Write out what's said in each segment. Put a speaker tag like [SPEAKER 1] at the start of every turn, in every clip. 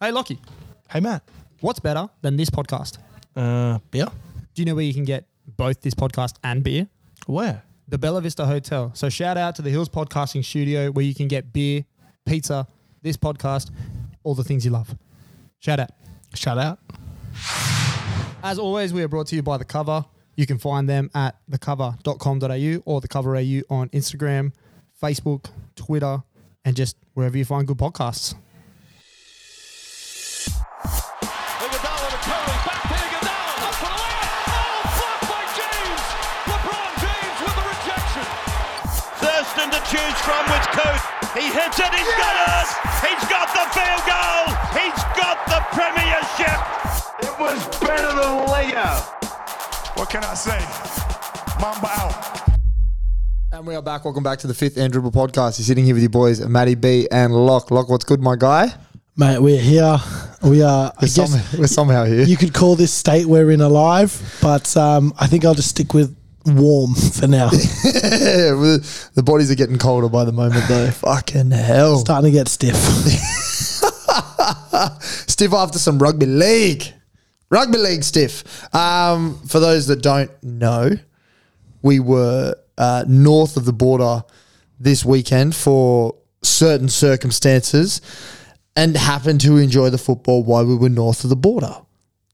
[SPEAKER 1] Hey, Lockie,
[SPEAKER 2] Hey, Matt.
[SPEAKER 1] what's better than this podcast?
[SPEAKER 2] Uh, beer?
[SPEAKER 1] Do you know where you can get both this podcast and beer?
[SPEAKER 2] Where?
[SPEAKER 1] The Bella Vista Hotel. So shout out to the Hills Podcasting Studio where you can get beer, pizza, this podcast, all the things you love. Shout out.
[SPEAKER 2] Shout out.
[SPEAKER 1] As always, we are brought to you by The Cover. You can find them at thecover.com.au or The Cover AU on Instagram, Facebook, Twitter, and just wherever you find good podcasts.
[SPEAKER 3] Iguodala to Curry, back to Iguodala, up for the layup. Oh, blocked by James. LeBron James with the rejection.
[SPEAKER 4] Thurston to choose from with Coote. He hits it, he's got it! He's got the field goal! He's got the premiership!
[SPEAKER 5] It was better than Lego.
[SPEAKER 6] What can I say? Mamba out.
[SPEAKER 1] And we are back. Welcome back to the fifth Andribble podcast. You're sitting here with your boys, Matty B and Lock. Lock, what's good, my guy?
[SPEAKER 2] Mate, we're here. We are, I
[SPEAKER 1] We're,
[SPEAKER 2] guess,
[SPEAKER 1] some- we're somehow here.
[SPEAKER 2] you could call this state we're in alive, but um, I think I'll just stick with warm for now.
[SPEAKER 1] Yeah, well, the bodies are getting colder by the moment, though. Fucking hell.
[SPEAKER 2] Starting to get stiff.
[SPEAKER 1] Stiff after some rugby league. Rugby league stiff. Um, for those that don't know, we were uh, north of the border this weekend for certain circumstances and happened to enjoy the football while we were north of the border.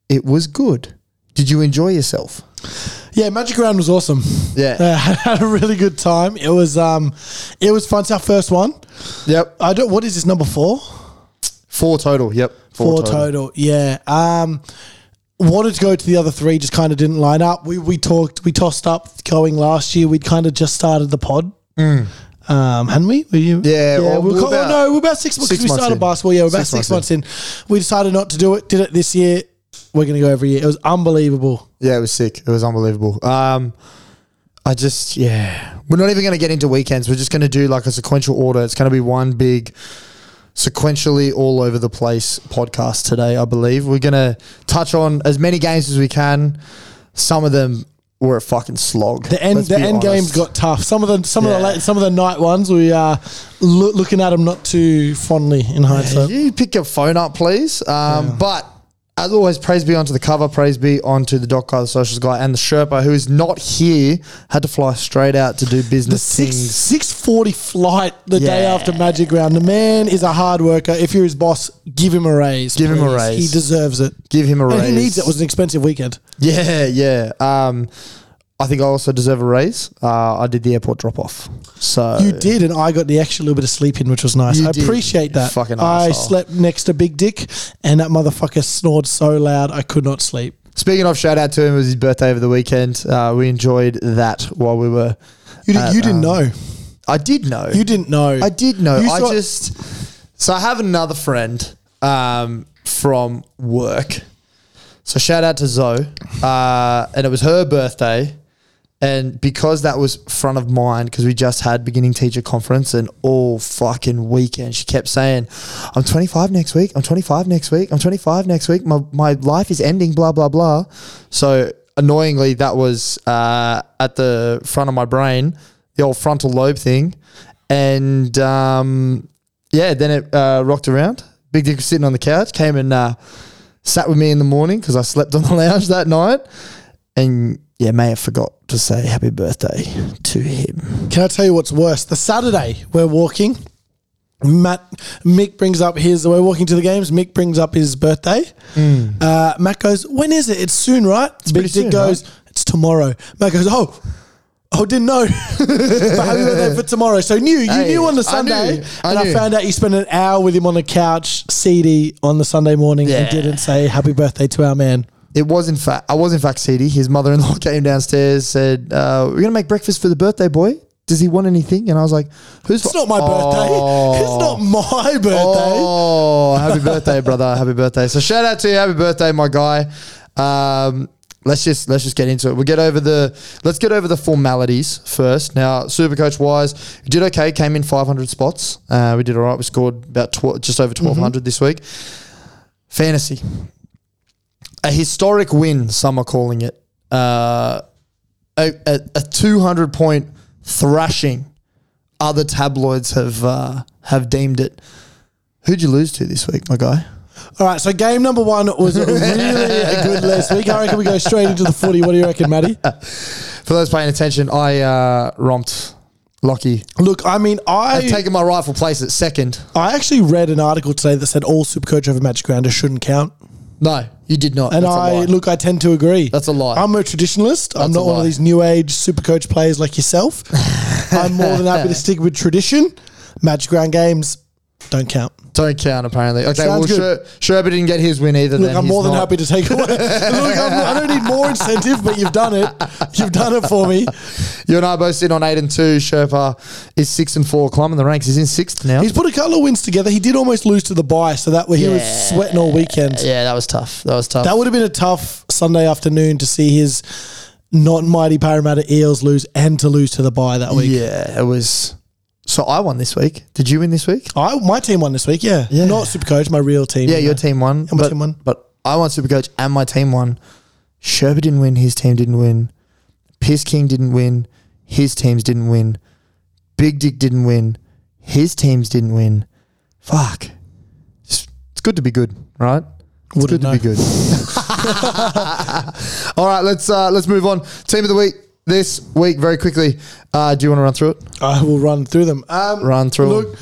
[SPEAKER 1] It was good. Did you enjoy yourself?
[SPEAKER 2] Yeah, Magic Round was awesome.
[SPEAKER 1] Yeah.
[SPEAKER 2] Uh, had a really good time. It was um, it was fun. It's our first one.
[SPEAKER 1] Yep.
[SPEAKER 2] I don't. What is this number four?
[SPEAKER 1] Four total. Yep.
[SPEAKER 2] Four, total. Yeah. Um, wanted to go to the other three, just kind of didn't line up. We we talked, we tossed up going last year. We'd kind of just started the pod. Um, hadn't we? Were you?
[SPEAKER 1] Mm. Yeah, well,
[SPEAKER 2] we
[SPEAKER 1] we're
[SPEAKER 2] were,
[SPEAKER 1] about-
[SPEAKER 2] about, no, we're about six months.
[SPEAKER 1] six
[SPEAKER 2] we
[SPEAKER 1] months
[SPEAKER 2] started
[SPEAKER 1] in.
[SPEAKER 2] basketball. Yeah, we're about
[SPEAKER 1] Six
[SPEAKER 2] six,
[SPEAKER 1] months
[SPEAKER 2] months, in. We decided not to do it. Did it this year. We're going to go every year. It was unbelievable.
[SPEAKER 1] Yeah, it was sick. It was unbelievable. Um, I just, yeah. We're not even going to get into weekends. We're just going to do like a sequential order. It's going to be one big, sequentially all over the place podcast today, I believe. We're going to touch on as many games as we can. Some of them were a fucking slog.
[SPEAKER 2] The end,
[SPEAKER 1] Let's
[SPEAKER 2] the
[SPEAKER 1] be
[SPEAKER 2] end games
[SPEAKER 1] honest.
[SPEAKER 2] got tough. Some of the some of
[SPEAKER 1] Yeah.
[SPEAKER 2] the late, some of the night ones. We are loo- looking at them not too fondly in hindsight.
[SPEAKER 1] You pick your phone up, please. Um, But as always, praise be onto the cover, praise be onto the doc guy, the socials guy, and the Sherpa, who is not here, had to fly straight out to do
[SPEAKER 2] The
[SPEAKER 1] business
[SPEAKER 2] six
[SPEAKER 1] things.
[SPEAKER 2] six forty flight the day
[SPEAKER 1] Yeah.
[SPEAKER 2] after Magic Round. The man is a hard worker. If you're his boss, give him a raise.
[SPEAKER 1] Give him a raise.
[SPEAKER 2] He deserves it.
[SPEAKER 1] Give him a raise.
[SPEAKER 2] And he needs it. It was an expensive weekend.
[SPEAKER 1] Yeah, yeah. Um, I think I also deserve a raise. Uh, I did the airport drop off. So
[SPEAKER 2] You did, and I got the extra little bit of sleep in, which was nice.
[SPEAKER 1] Oh, You
[SPEAKER 2] I
[SPEAKER 1] did,
[SPEAKER 2] appreciate
[SPEAKER 1] you
[SPEAKER 2] that.
[SPEAKER 1] fucking
[SPEAKER 2] I
[SPEAKER 1] arsehole.
[SPEAKER 2] slept next to Big Dick, and that motherfucker snored so loud I could not sleep.
[SPEAKER 1] Speaking of, shout out to him. It was his birthday over the weekend. Uh, we enjoyed that while we were.
[SPEAKER 2] You, did,
[SPEAKER 1] at,
[SPEAKER 2] you didn't
[SPEAKER 1] um,
[SPEAKER 2] know.
[SPEAKER 1] I did know.
[SPEAKER 2] You didn't know.
[SPEAKER 1] I did know.
[SPEAKER 2] You
[SPEAKER 1] I
[SPEAKER 2] saw-
[SPEAKER 1] just so I have another friend um, from work. So shout out to Zoe, uh, and it was her birthday, and because that was front of mind because we just had beginning teacher conference and all fucking weekend she kept saying, "I'm 25 next week. I'm 25 next week. I'm 25 next week. My my life is ending. Blah blah blah." So annoyingly, that was uh, at the front of my brain, the old frontal lobe thing, and um, yeah, then it uh, rocked around. Big Dick was sitting on the couch, came and uh, sat with me in the morning because I slept on the lounge that night. And yeah, may have forgot to say happy birthday to him.
[SPEAKER 2] Can I tell you what's worse? The Saturday we're walking. Matt Mick brings up his. We're walking to the games. Mick brings up his birthday. Uh, Matt goes, "When is it? It's soon, right?" Big Dick
[SPEAKER 1] Hmm. pretty soon,
[SPEAKER 2] goes, "It's tomorrow." Matt goes, "Oh." Oh, didn't know. but happy birthday for tomorrow. So knew you
[SPEAKER 1] Hey,
[SPEAKER 2] knew on
[SPEAKER 1] I
[SPEAKER 2] the Sunday,
[SPEAKER 1] knew, I
[SPEAKER 2] and
[SPEAKER 1] knew.
[SPEAKER 2] I found out you spent an hour with him on the couch, CD on the Sunday morning,
[SPEAKER 1] Yeah.
[SPEAKER 2] and didn't say happy birthday to our man.
[SPEAKER 1] It was in fact, I was in fact seedy. His mother-in-law came downstairs, said, uh, "We're gonna make breakfast for the birthday boy. Does he want anything?" And I was like, "Who's
[SPEAKER 2] It's not my birthday. It's not my birthday.
[SPEAKER 1] Oh, happy birthday, brother! Happy birthday! So shout out to you, happy birthday, my guy. Um, let's just let's just get into it. We'll get over the let's get over the formalities first. Now, super coach wise, we did okay. Came in five hundred spots. Uh, we did all right. We scored about tw- just over twelve this week. Fantasy, a historic win. Some are calling it uh, a, a, a two hundred point thrashing. Other tabloids have uh, have deemed it. Who'd you lose to this week, my guy?
[SPEAKER 2] All right, so game number one was really a good last week. I reckon we go straight into the footy. What do you reckon, Matty?
[SPEAKER 1] For those paying attention, I uh, romped Lockie.
[SPEAKER 2] Look, I mean,
[SPEAKER 1] I've
[SPEAKER 2] I
[SPEAKER 1] taken my rightful place at second.
[SPEAKER 2] I actually read an article today that said all Supercoach over match grounders shouldn't count,
[SPEAKER 1] No, you did not.
[SPEAKER 2] and
[SPEAKER 1] That's a
[SPEAKER 2] I
[SPEAKER 1] lie.
[SPEAKER 2] look, I tend to agree.
[SPEAKER 1] That's a lie.
[SPEAKER 2] I'm a traditionalist. I'm
[SPEAKER 1] That's
[SPEAKER 2] not
[SPEAKER 1] a
[SPEAKER 2] one of
[SPEAKER 1] lie.
[SPEAKER 2] these new age Supercoach players like yourself. I'm more than happy to stick with tradition. Match ground games don't count.
[SPEAKER 1] Don't count, apparently. Okay,
[SPEAKER 2] Sounds
[SPEAKER 1] well,
[SPEAKER 2] good.
[SPEAKER 1] Sher- Sherbert didn't get his win either.
[SPEAKER 2] Look,
[SPEAKER 1] then.
[SPEAKER 2] I'm
[SPEAKER 1] He's
[SPEAKER 2] more than
[SPEAKER 1] not-
[SPEAKER 2] happy to take away. Look, I'm, I don't need more incentive, but you've done it. You've done it for me.
[SPEAKER 1] You and I both sit on eight and two. Sherpa is six and four, climbing the ranks. He's in sixth now.
[SPEAKER 2] He's put a couple of wins together. He did almost lose to the buy, so that he was sweating all weekend.
[SPEAKER 1] yeah, that was tough. That was tough.
[SPEAKER 2] That would have been a tough Sunday afternoon to see his not mighty Parramatta Eels lose and to lose to the buy that week.
[SPEAKER 1] yeah, it was. So I won this week. Did you win this week?
[SPEAKER 2] I, my team won this week, yeah.
[SPEAKER 1] Yeah.
[SPEAKER 2] Not Supercoach, my real team.
[SPEAKER 1] Yeah,
[SPEAKER 2] you
[SPEAKER 1] your
[SPEAKER 2] know.
[SPEAKER 1] team won.
[SPEAKER 2] my
[SPEAKER 1] but,
[SPEAKER 2] team won.
[SPEAKER 1] But I won Supercoach and my team won. Sherbert didn't win. His team didn't win. Piss King didn't win. His teams didn't win. Big Dick didn't win. His teams didn't win. Fuck. It's, it's good to be good, right? It's
[SPEAKER 2] Wouldn't
[SPEAKER 1] good to be good. All right, let's uh, let's move on. Team of the week this week very quickly. Uh, do you want to run through it?
[SPEAKER 2] I will run through them. Um,
[SPEAKER 1] Run through
[SPEAKER 2] Look,
[SPEAKER 1] them.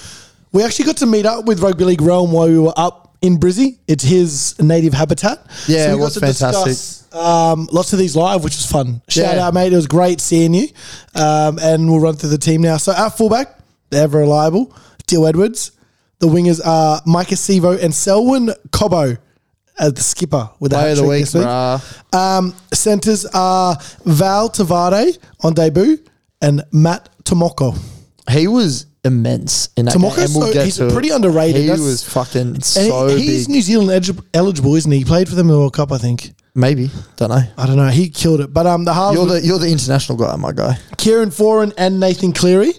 [SPEAKER 2] we actually got to meet up with Rugby League Realm while we were up in Brizzy. It's his native habitat.
[SPEAKER 1] Yeah,
[SPEAKER 2] we
[SPEAKER 1] it
[SPEAKER 2] got
[SPEAKER 1] was
[SPEAKER 2] to
[SPEAKER 1] fantastic.
[SPEAKER 2] discuss, um, lots of these live, which was fun. Shout
[SPEAKER 1] Yeah.
[SPEAKER 2] out, mate. It was great seeing you. Um, and we'll run through the team now. So our fullback, ever reliable, Dill Edwards. The wingers are Micah Sevo and Selwyn Cobbo as the skipper with the
[SPEAKER 1] Player
[SPEAKER 2] hat
[SPEAKER 1] of the
[SPEAKER 2] trick
[SPEAKER 1] week,
[SPEAKER 2] this week.
[SPEAKER 1] bruh.
[SPEAKER 2] Um, centers are Val Tavare on debut and Matt Tomoko.
[SPEAKER 1] He was immense in that
[SPEAKER 2] Tomoko,
[SPEAKER 1] game. and
[SPEAKER 2] so
[SPEAKER 1] get
[SPEAKER 2] he's
[SPEAKER 1] to it.
[SPEAKER 2] pretty underrated.
[SPEAKER 1] He
[SPEAKER 2] That's-
[SPEAKER 1] was fucking
[SPEAKER 2] And he-
[SPEAKER 1] so
[SPEAKER 2] he's
[SPEAKER 1] big.
[SPEAKER 2] New Zealand elig- eligible, isn't he? He played for them in the World Cup, I think.
[SPEAKER 1] Maybe don't know.
[SPEAKER 2] I don't know. He killed it. But um, the halves
[SPEAKER 1] You're
[SPEAKER 2] were
[SPEAKER 1] the you're the international guy, my guy.
[SPEAKER 2] Kieran Foran and Nathan Cleary.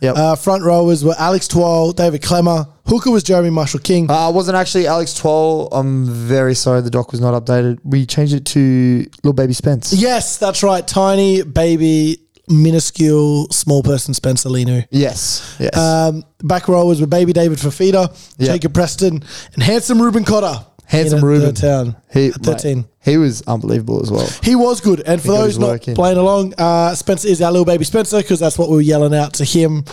[SPEAKER 1] Yep.
[SPEAKER 2] Uh,
[SPEAKER 1] Uh,
[SPEAKER 2] front rowers were Alex Twal, David Clemmer. Hooker was Jeremy Marshall King. Uh,
[SPEAKER 1] Uh, I wasn't actually Alex Twole. I'm very sorry the doc was not updated. We changed it to Little Baby Spence.
[SPEAKER 2] yes, that's right. Tiny, baby, minuscule, small person Spencer Linu.
[SPEAKER 1] Yes. Yes.
[SPEAKER 2] Um, back rowers were baby David Fafita,
[SPEAKER 1] Yeah.
[SPEAKER 2] Jacob Preston, and handsome Ruben Cotter.
[SPEAKER 1] Handsome
[SPEAKER 2] in at
[SPEAKER 1] Ruben.
[SPEAKER 2] the town Uh,
[SPEAKER 1] he,
[SPEAKER 2] at 13.
[SPEAKER 1] mate, he was unbelievable as well.
[SPEAKER 2] He was good. And for
[SPEAKER 1] He
[SPEAKER 2] those
[SPEAKER 1] was
[SPEAKER 2] not
[SPEAKER 1] working.
[SPEAKER 2] playing along, uh, Spencer is our little baby Spencer because that's what we were yelling out to him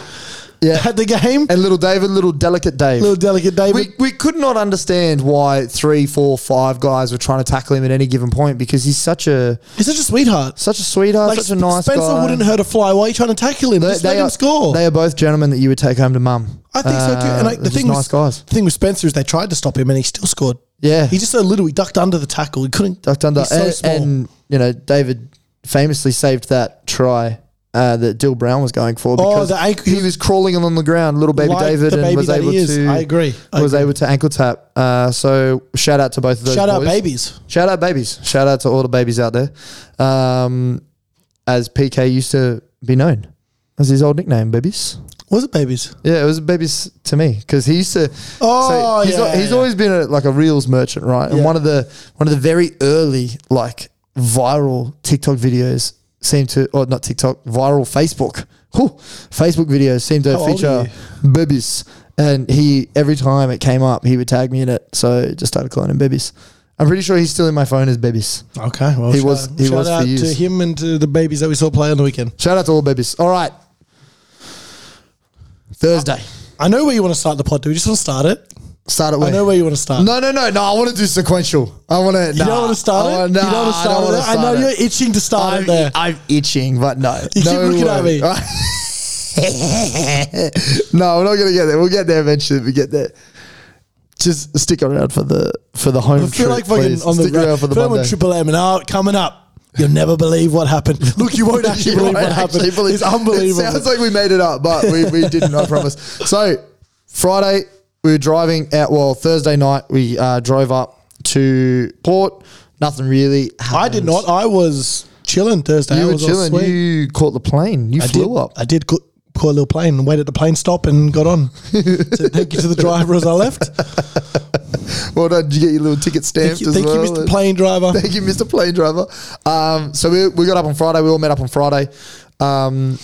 [SPEAKER 1] Yeah.
[SPEAKER 2] at the game.
[SPEAKER 1] And little David, little delicate Dave.
[SPEAKER 2] little delicate David.
[SPEAKER 1] we, we could not understand why three, four, five guys were trying to tackle him at any given point because he's such a
[SPEAKER 2] He's such a sweetheart.
[SPEAKER 1] such a sweetheart, such a nice
[SPEAKER 2] Spencer
[SPEAKER 1] guy.
[SPEAKER 2] wouldn't hurt a fly. Why are you trying to tackle him? Just let him
[SPEAKER 1] are,
[SPEAKER 2] score.
[SPEAKER 1] They are both gentlemen that you would take home to mum. Uh,
[SPEAKER 2] I think so too. And like, the thing
[SPEAKER 1] nice
[SPEAKER 2] was,
[SPEAKER 1] guys.
[SPEAKER 2] the thing with Spencer is they tried to stop him and he still scored.
[SPEAKER 1] Yeah.
[SPEAKER 2] He's just so little. He ducked under the tackle. He couldn't.
[SPEAKER 1] ducked under.
[SPEAKER 2] He's so
[SPEAKER 1] and,
[SPEAKER 2] small.
[SPEAKER 1] and, you know, David famously saved that try uh, that Dill Brown was going for because
[SPEAKER 2] Oh, the ankle-
[SPEAKER 1] he was crawling along the ground, little baby
[SPEAKER 2] Like
[SPEAKER 1] David,
[SPEAKER 2] the
[SPEAKER 1] and
[SPEAKER 2] baby
[SPEAKER 1] was
[SPEAKER 2] that
[SPEAKER 1] able
[SPEAKER 2] he is.
[SPEAKER 1] to.
[SPEAKER 2] I agree. I
[SPEAKER 1] was
[SPEAKER 2] agree.
[SPEAKER 1] able to ankle tap. Uh, so shout out to both of those.
[SPEAKER 2] Shout out
[SPEAKER 1] boys.
[SPEAKER 2] babies.
[SPEAKER 1] Shout out babies. Shout out to all the babies out there. Um, as PK used to be known. That's his old nickname, babies.
[SPEAKER 2] Was it babies?
[SPEAKER 1] Yeah, it was babies to me because he used to.
[SPEAKER 2] Oh,
[SPEAKER 1] he's,
[SPEAKER 2] yeah,
[SPEAKER 1] he's
[SPEAKER 2] yeah.
[SPEAKER 1] always been a, like a reels merchant, right? And
[SPEAKER 2] Yeah.
[SPEAKER 1] one of the one of the very early like viral TikTok videos seemed to, or not TikTok, viral Facebook, whew, Facebook videos seemed to
[SPEAKER 2] How old are
[SPEAKER 1] feature babies. And he every time it came up, he would tag me in it, so just started calling him babies. I'm pretty sure he's still in my phone as babies.
[SPEAKER 2] Okay. Well,
[SPEAKER 1] He
[SPEAKER 2] shout
[SPEAKER 1] was-
[SPEAKER 2] out-
[SPEAKER 1] he
[SPEAKER 2] shout
[SPEAKER 1] was for
[SPEAKER 2] out to
[SPEAKER 1] years.
[SPEAKER 2] him and to the babies that we saw play on the weekend.
[SPEAKER 1] Shout out to all babies. All right, Thursday.
[SPEAKER 2] I know where you want to start the pod. Do we just want to start it?
[SPEAKER 1] Start it.
[SPEAKER 2] I know where you want to start.
[SPEAKER 1] No, Oh, no, no, no. I want to do sequential. I want to.
[SPEAKER 2] You don't want to start it? you don't want to start it? I know you're itching to start
[SPEAKER 1] I'm,
[SPEAKER 2] it there.
[SPEAKER 1] I'm itching, but no.
[SPEAKER 2] You keep
[SPEAKER 1] no
[SPEAKER 2] looking at me.
[SPEAKER 1] way. no, we're not gonna get there. We'll get there eventually. We get there. Just stick around for the for the home
[SPEAKER 2] I feel
[SPEAKER 1] trip,
[SPEAKER 2] like fucking
[SPEAKER 1] please.
[SPEAKER 2] on the
[SPEAKER 1] stick around for the
[SPEAKER 2] feel like when
[SPEAKER 1] Monday.
[SPEAKER 2] Triple M and out coming up. You'll never believe what happened. Look, you won't actually
[SPEAKER 1] You
[SPEAKER 2] believe
[SPEAKER 1] won't
[SPEAKER 2] what
[SPEAKER 1] actually
[SPEAKER 2] happened.
[SPEAKER 1] believe-
[SPEAKER 2] it's unbelievable.
[SPEAKER 1] It sounds like we made it up, but we, we didn't, I promise. So, Friday, we were driving out. Well, Thursday night, we uh, drove up to Port. Nothing really.
[SPEAKER 2] I did not. I was chilling Thursday.
[SPEAKER 1] You
[SPEAKER 2] I
[SPEAKER 1] were
[SPEAKER 2] was all
[SPEAKER 1] chilling.
[SPEAKER 2] sweet.
[SPEAKER 1] You caught the plane. You
[SPEAKER 2] I
[SPEAKER 1] flew
[SPEAKER 2] did,
[SPEAKER 1] up.
[SPEAKER 2] I did co- caught a little plane and waited at the plane stop and got on. Said thank you to the driver as I left.
[SPEAKER 1] Well done. Did you get your little ticket stamped
[SPEAKER 2] Thank you,
[SPEAKER 1] as
[SPEAKER 2] thank you,
[SPEAKER 1] well?
[SPEAKER 2] Mr. Plane Driver.
[SPEAKER 1] Thank you, Mr. Plane Driver. Um, so we, we got up on Friday. We all met up on Friday. Um,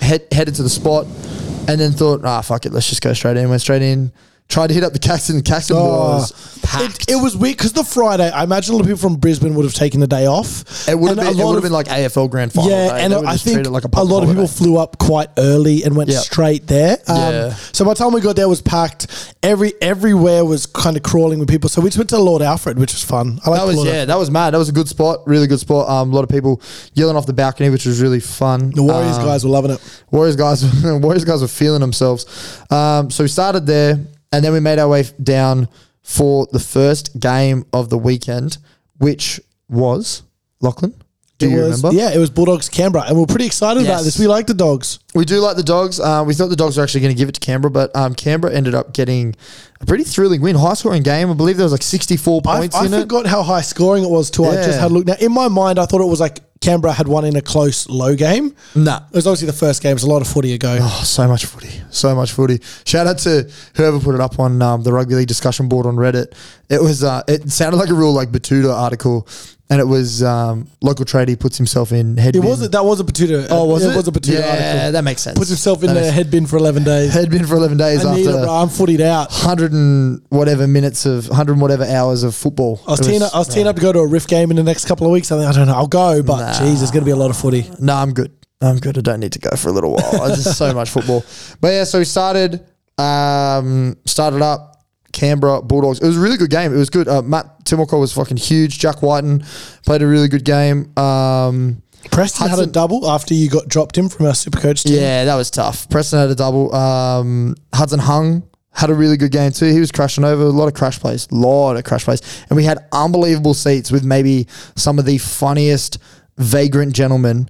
[SPEAKER 1] head, headed to the spot, and then thought, ah, fuck it, let's just go straight in. Went straight in, Tried to hit up the Caxton. Caxton
[SPEAKER 2] Oh.
[SPEAKER 1] was packed.
[SPEAKER 2] It, it was weird because the Friday, I imagine a lot of people from Brisbane would have taken the day off.
[SPEAKER 1] It would have
[SPEAKER 2] And a
[SPEAKER 1] been, it
[SPEAKER 2] lot
[SPEAKER 1] would have
[SPEAKER 2] of-
[SPEAKER 1] been like AFL grand final.
[SPEAKER 2] Yeah,
[SPEAKER 1] day.
[SPEAKER 2] and
[SPEAKER 1] They would
[SPEAKER 2] I
[SPEAKER 1] just
[SPEAKER 2] think
[SPEAKER 1] treat it like
[SPEAKER 2] a,
[SPEAKER 1] a, public
[SPEAKER 2] lot of people
[SPEAKER 1] holiday.
[SPEAKER 2] flew up quite early and went
[SPEAKER 1] Yeah.
[SPEAKER 2] straight there. Um,
[SPEAKER 1] Yeah.
[SPEAKER 2] So by the time we got there, it was packed. Every everywhere was kind of crawling with people. So we just went to Lord Alfred, which was fun. I like
[SPEAKER 1] That was
[SPEAKER 2] Lord
[SPEAKER 1] yeah, that was mad. That was a good spot, really good spot. Um, a lot of people yelling off the balcony, which was really fun.
[SPEAKER 2] The Warriors
[SPEAKER 1] Um,
[SPEAKER 2] guys were loving it.
[SPEAKER 1] Warriors guys, Warriors guys were feeling themselves. Um, so we started there, and then we made our way down for the first game of the weekend, which was Lachlan. Do
[SPEAKER 2] It
[SPEAKER 1] you
[SPEAKER 2] was-
[SPEAKER 1] remember?
[SPEAKER 2] Yeah, it was Bulldogs Canberra, and we are pretty excited about
[SPEAKER 1] Yes.
[SPEAKER 2] this. We like the dogs.
[SPEAKER 1] We do like the dogs. Uh, we thought the dogs were actually going to give it to Canberra, but um, Canberra ended up getting a pretty thrilling win, high scoring game. I believe there was like sixty four
[SPEAKER 2] I,
[SPEAKER 1] points
[SPEAKER 2] I
[SPEAKER 1] in it.
[SPEAKER 2] forgot how high scoring it was too. I
[SPEAKER 1] Yeah.
[SPEAKER 2] just had a look. Now in my mind, I thought it was like Canberra had won in a close low game.
[SPEAKER 1] Nah.
[SPEAKER 2] It was obviously the first game. It was a lot of footy ago.
[SPEAKER 1] Oh, so much footy, so much footy. Shout out to whoever put it up on um, the rugby league discussion board on Reddit. It was uh, it sounded like a real like Batuta article, and it was um, local tradie puts himself in head.
[SPEAKER 2] It was that was a Patuta.
[SPEAKER 1] Oh, was it?
[SPEAKER 2] It was a Patuta
[SPEAKER 1] Yeah,
[SPEAKER 2] article.
[SPEAKER 1] that makes sense.
[SPEAKER 2] Puts himself in
[SPEAKER 1] That
[SPEAKER 2] a
[SPEAKER 1] makes-
[SPEAKER 2] head bin for eleven days.
[SPEAKER 1] Had been for eleven days
[SPEAKER 2] I need it,
[SPEAKER 1] after
[SPEAKER 2] bro. I'm footied out.
[SPEAKER 1] hundred and whatever minutes of hundred and whatever hours of football.
[SPEAKER 2] I was,
[SPEAKER 1] It
[SPEAKER 2] teeing up, I was teeing up to go to a riff game in the next couple of weeks. I think I don't know. I'll go, but
[SPEAKER 1] Nah.
[SPEAKER 2] geez, there's going to be a lot of footy.
[SPEAKER 1] No, I'm good. I'm good. I don't need to go for a little while. There's just so much football. But yeah, so we started, um, started up Canberra Bulldogs. It was a really good game. It was good. Uh, Matt Timoko was fucking huge. Jack Whiten played a really good game. Um,
[SPEAKER 2] Preston had
[SPEAKER 1] Hudson-
[SPEAKER 2] a double after you got dropped in from our super coach team.
[SPEAKER 1] yeah, that was tough. Preston had a double. Um, Hudson Hung had a really good game too. He was crashing over a lot of crash plays, lot of crash plays, and we had unbelievable seats with maybe some of the funniest vagrant gentlemen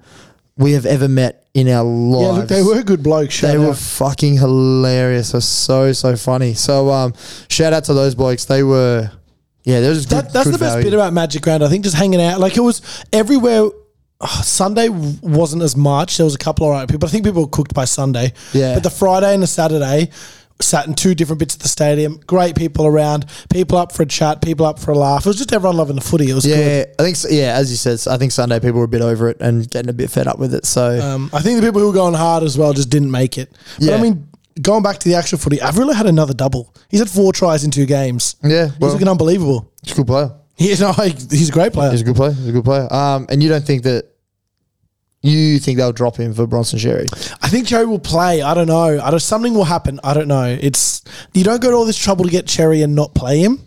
[SPEAKER 1] we have ever met in our lives.
[SPEAKER 2] Yeah, look, they were good blokes.
[SPEAKER 1] They
[SPEAKER 2] shout
[SPEAKER 1] were
[SPEAKER 2] out.
[SPEAKER 1] fucking hilarious. They're so so funny. So um, shout out to those blokes. They were, yeah, they're just good.
[SPEAKER 2] That, that's
[SPEAKER 1] good
[SPEAKER 2] the best
[SPEAKER 1] value.
[SPEAKER 2] bit about Magic Round. I think just hanging out. Like it was everywhere. Ugh, Sunday w- wasn't as much. There was a couple all right people. I think people were cooked by Sunday.
[SPEAKER 1] Yeah.
[SPEAKER 2] But the Friday and the Saturday sat in two different bits of the stadium. Great people around. People up for a chat. People up for a laugh. It was just everyone loving the footy. It was good.
[SPEAKER 1] Yeah, I think so, yeah. As you said, I think Sunday people were a bit over it and getting a bit fed up with it. So
[SPEAKER 2] Um, I think the people who were going hard as well just didn't make it. But
[SPEAKER 1] Yeah.
[SPEAKER 2] I mean, going back to the actual footy, Avrilo had another double. He's had four tries in two games.
[SPEAKER 1] Yeah, well-
[SPEAKER 2] he's looking unbelievable.
[SPEAKER 1] he's a good player.
[SPEAKER 2] He, no, he's a great player.
[SPEAKER 1] He's a good player. He's a good player. Um, and you don't think that you think they'll drop him for Bronson Sherry?
[SPEAKER 2] I think Cherry will play. I don't know. I don't, something will happen. I don't know. It's you don't go to all this trouble to get Cherry and not play him.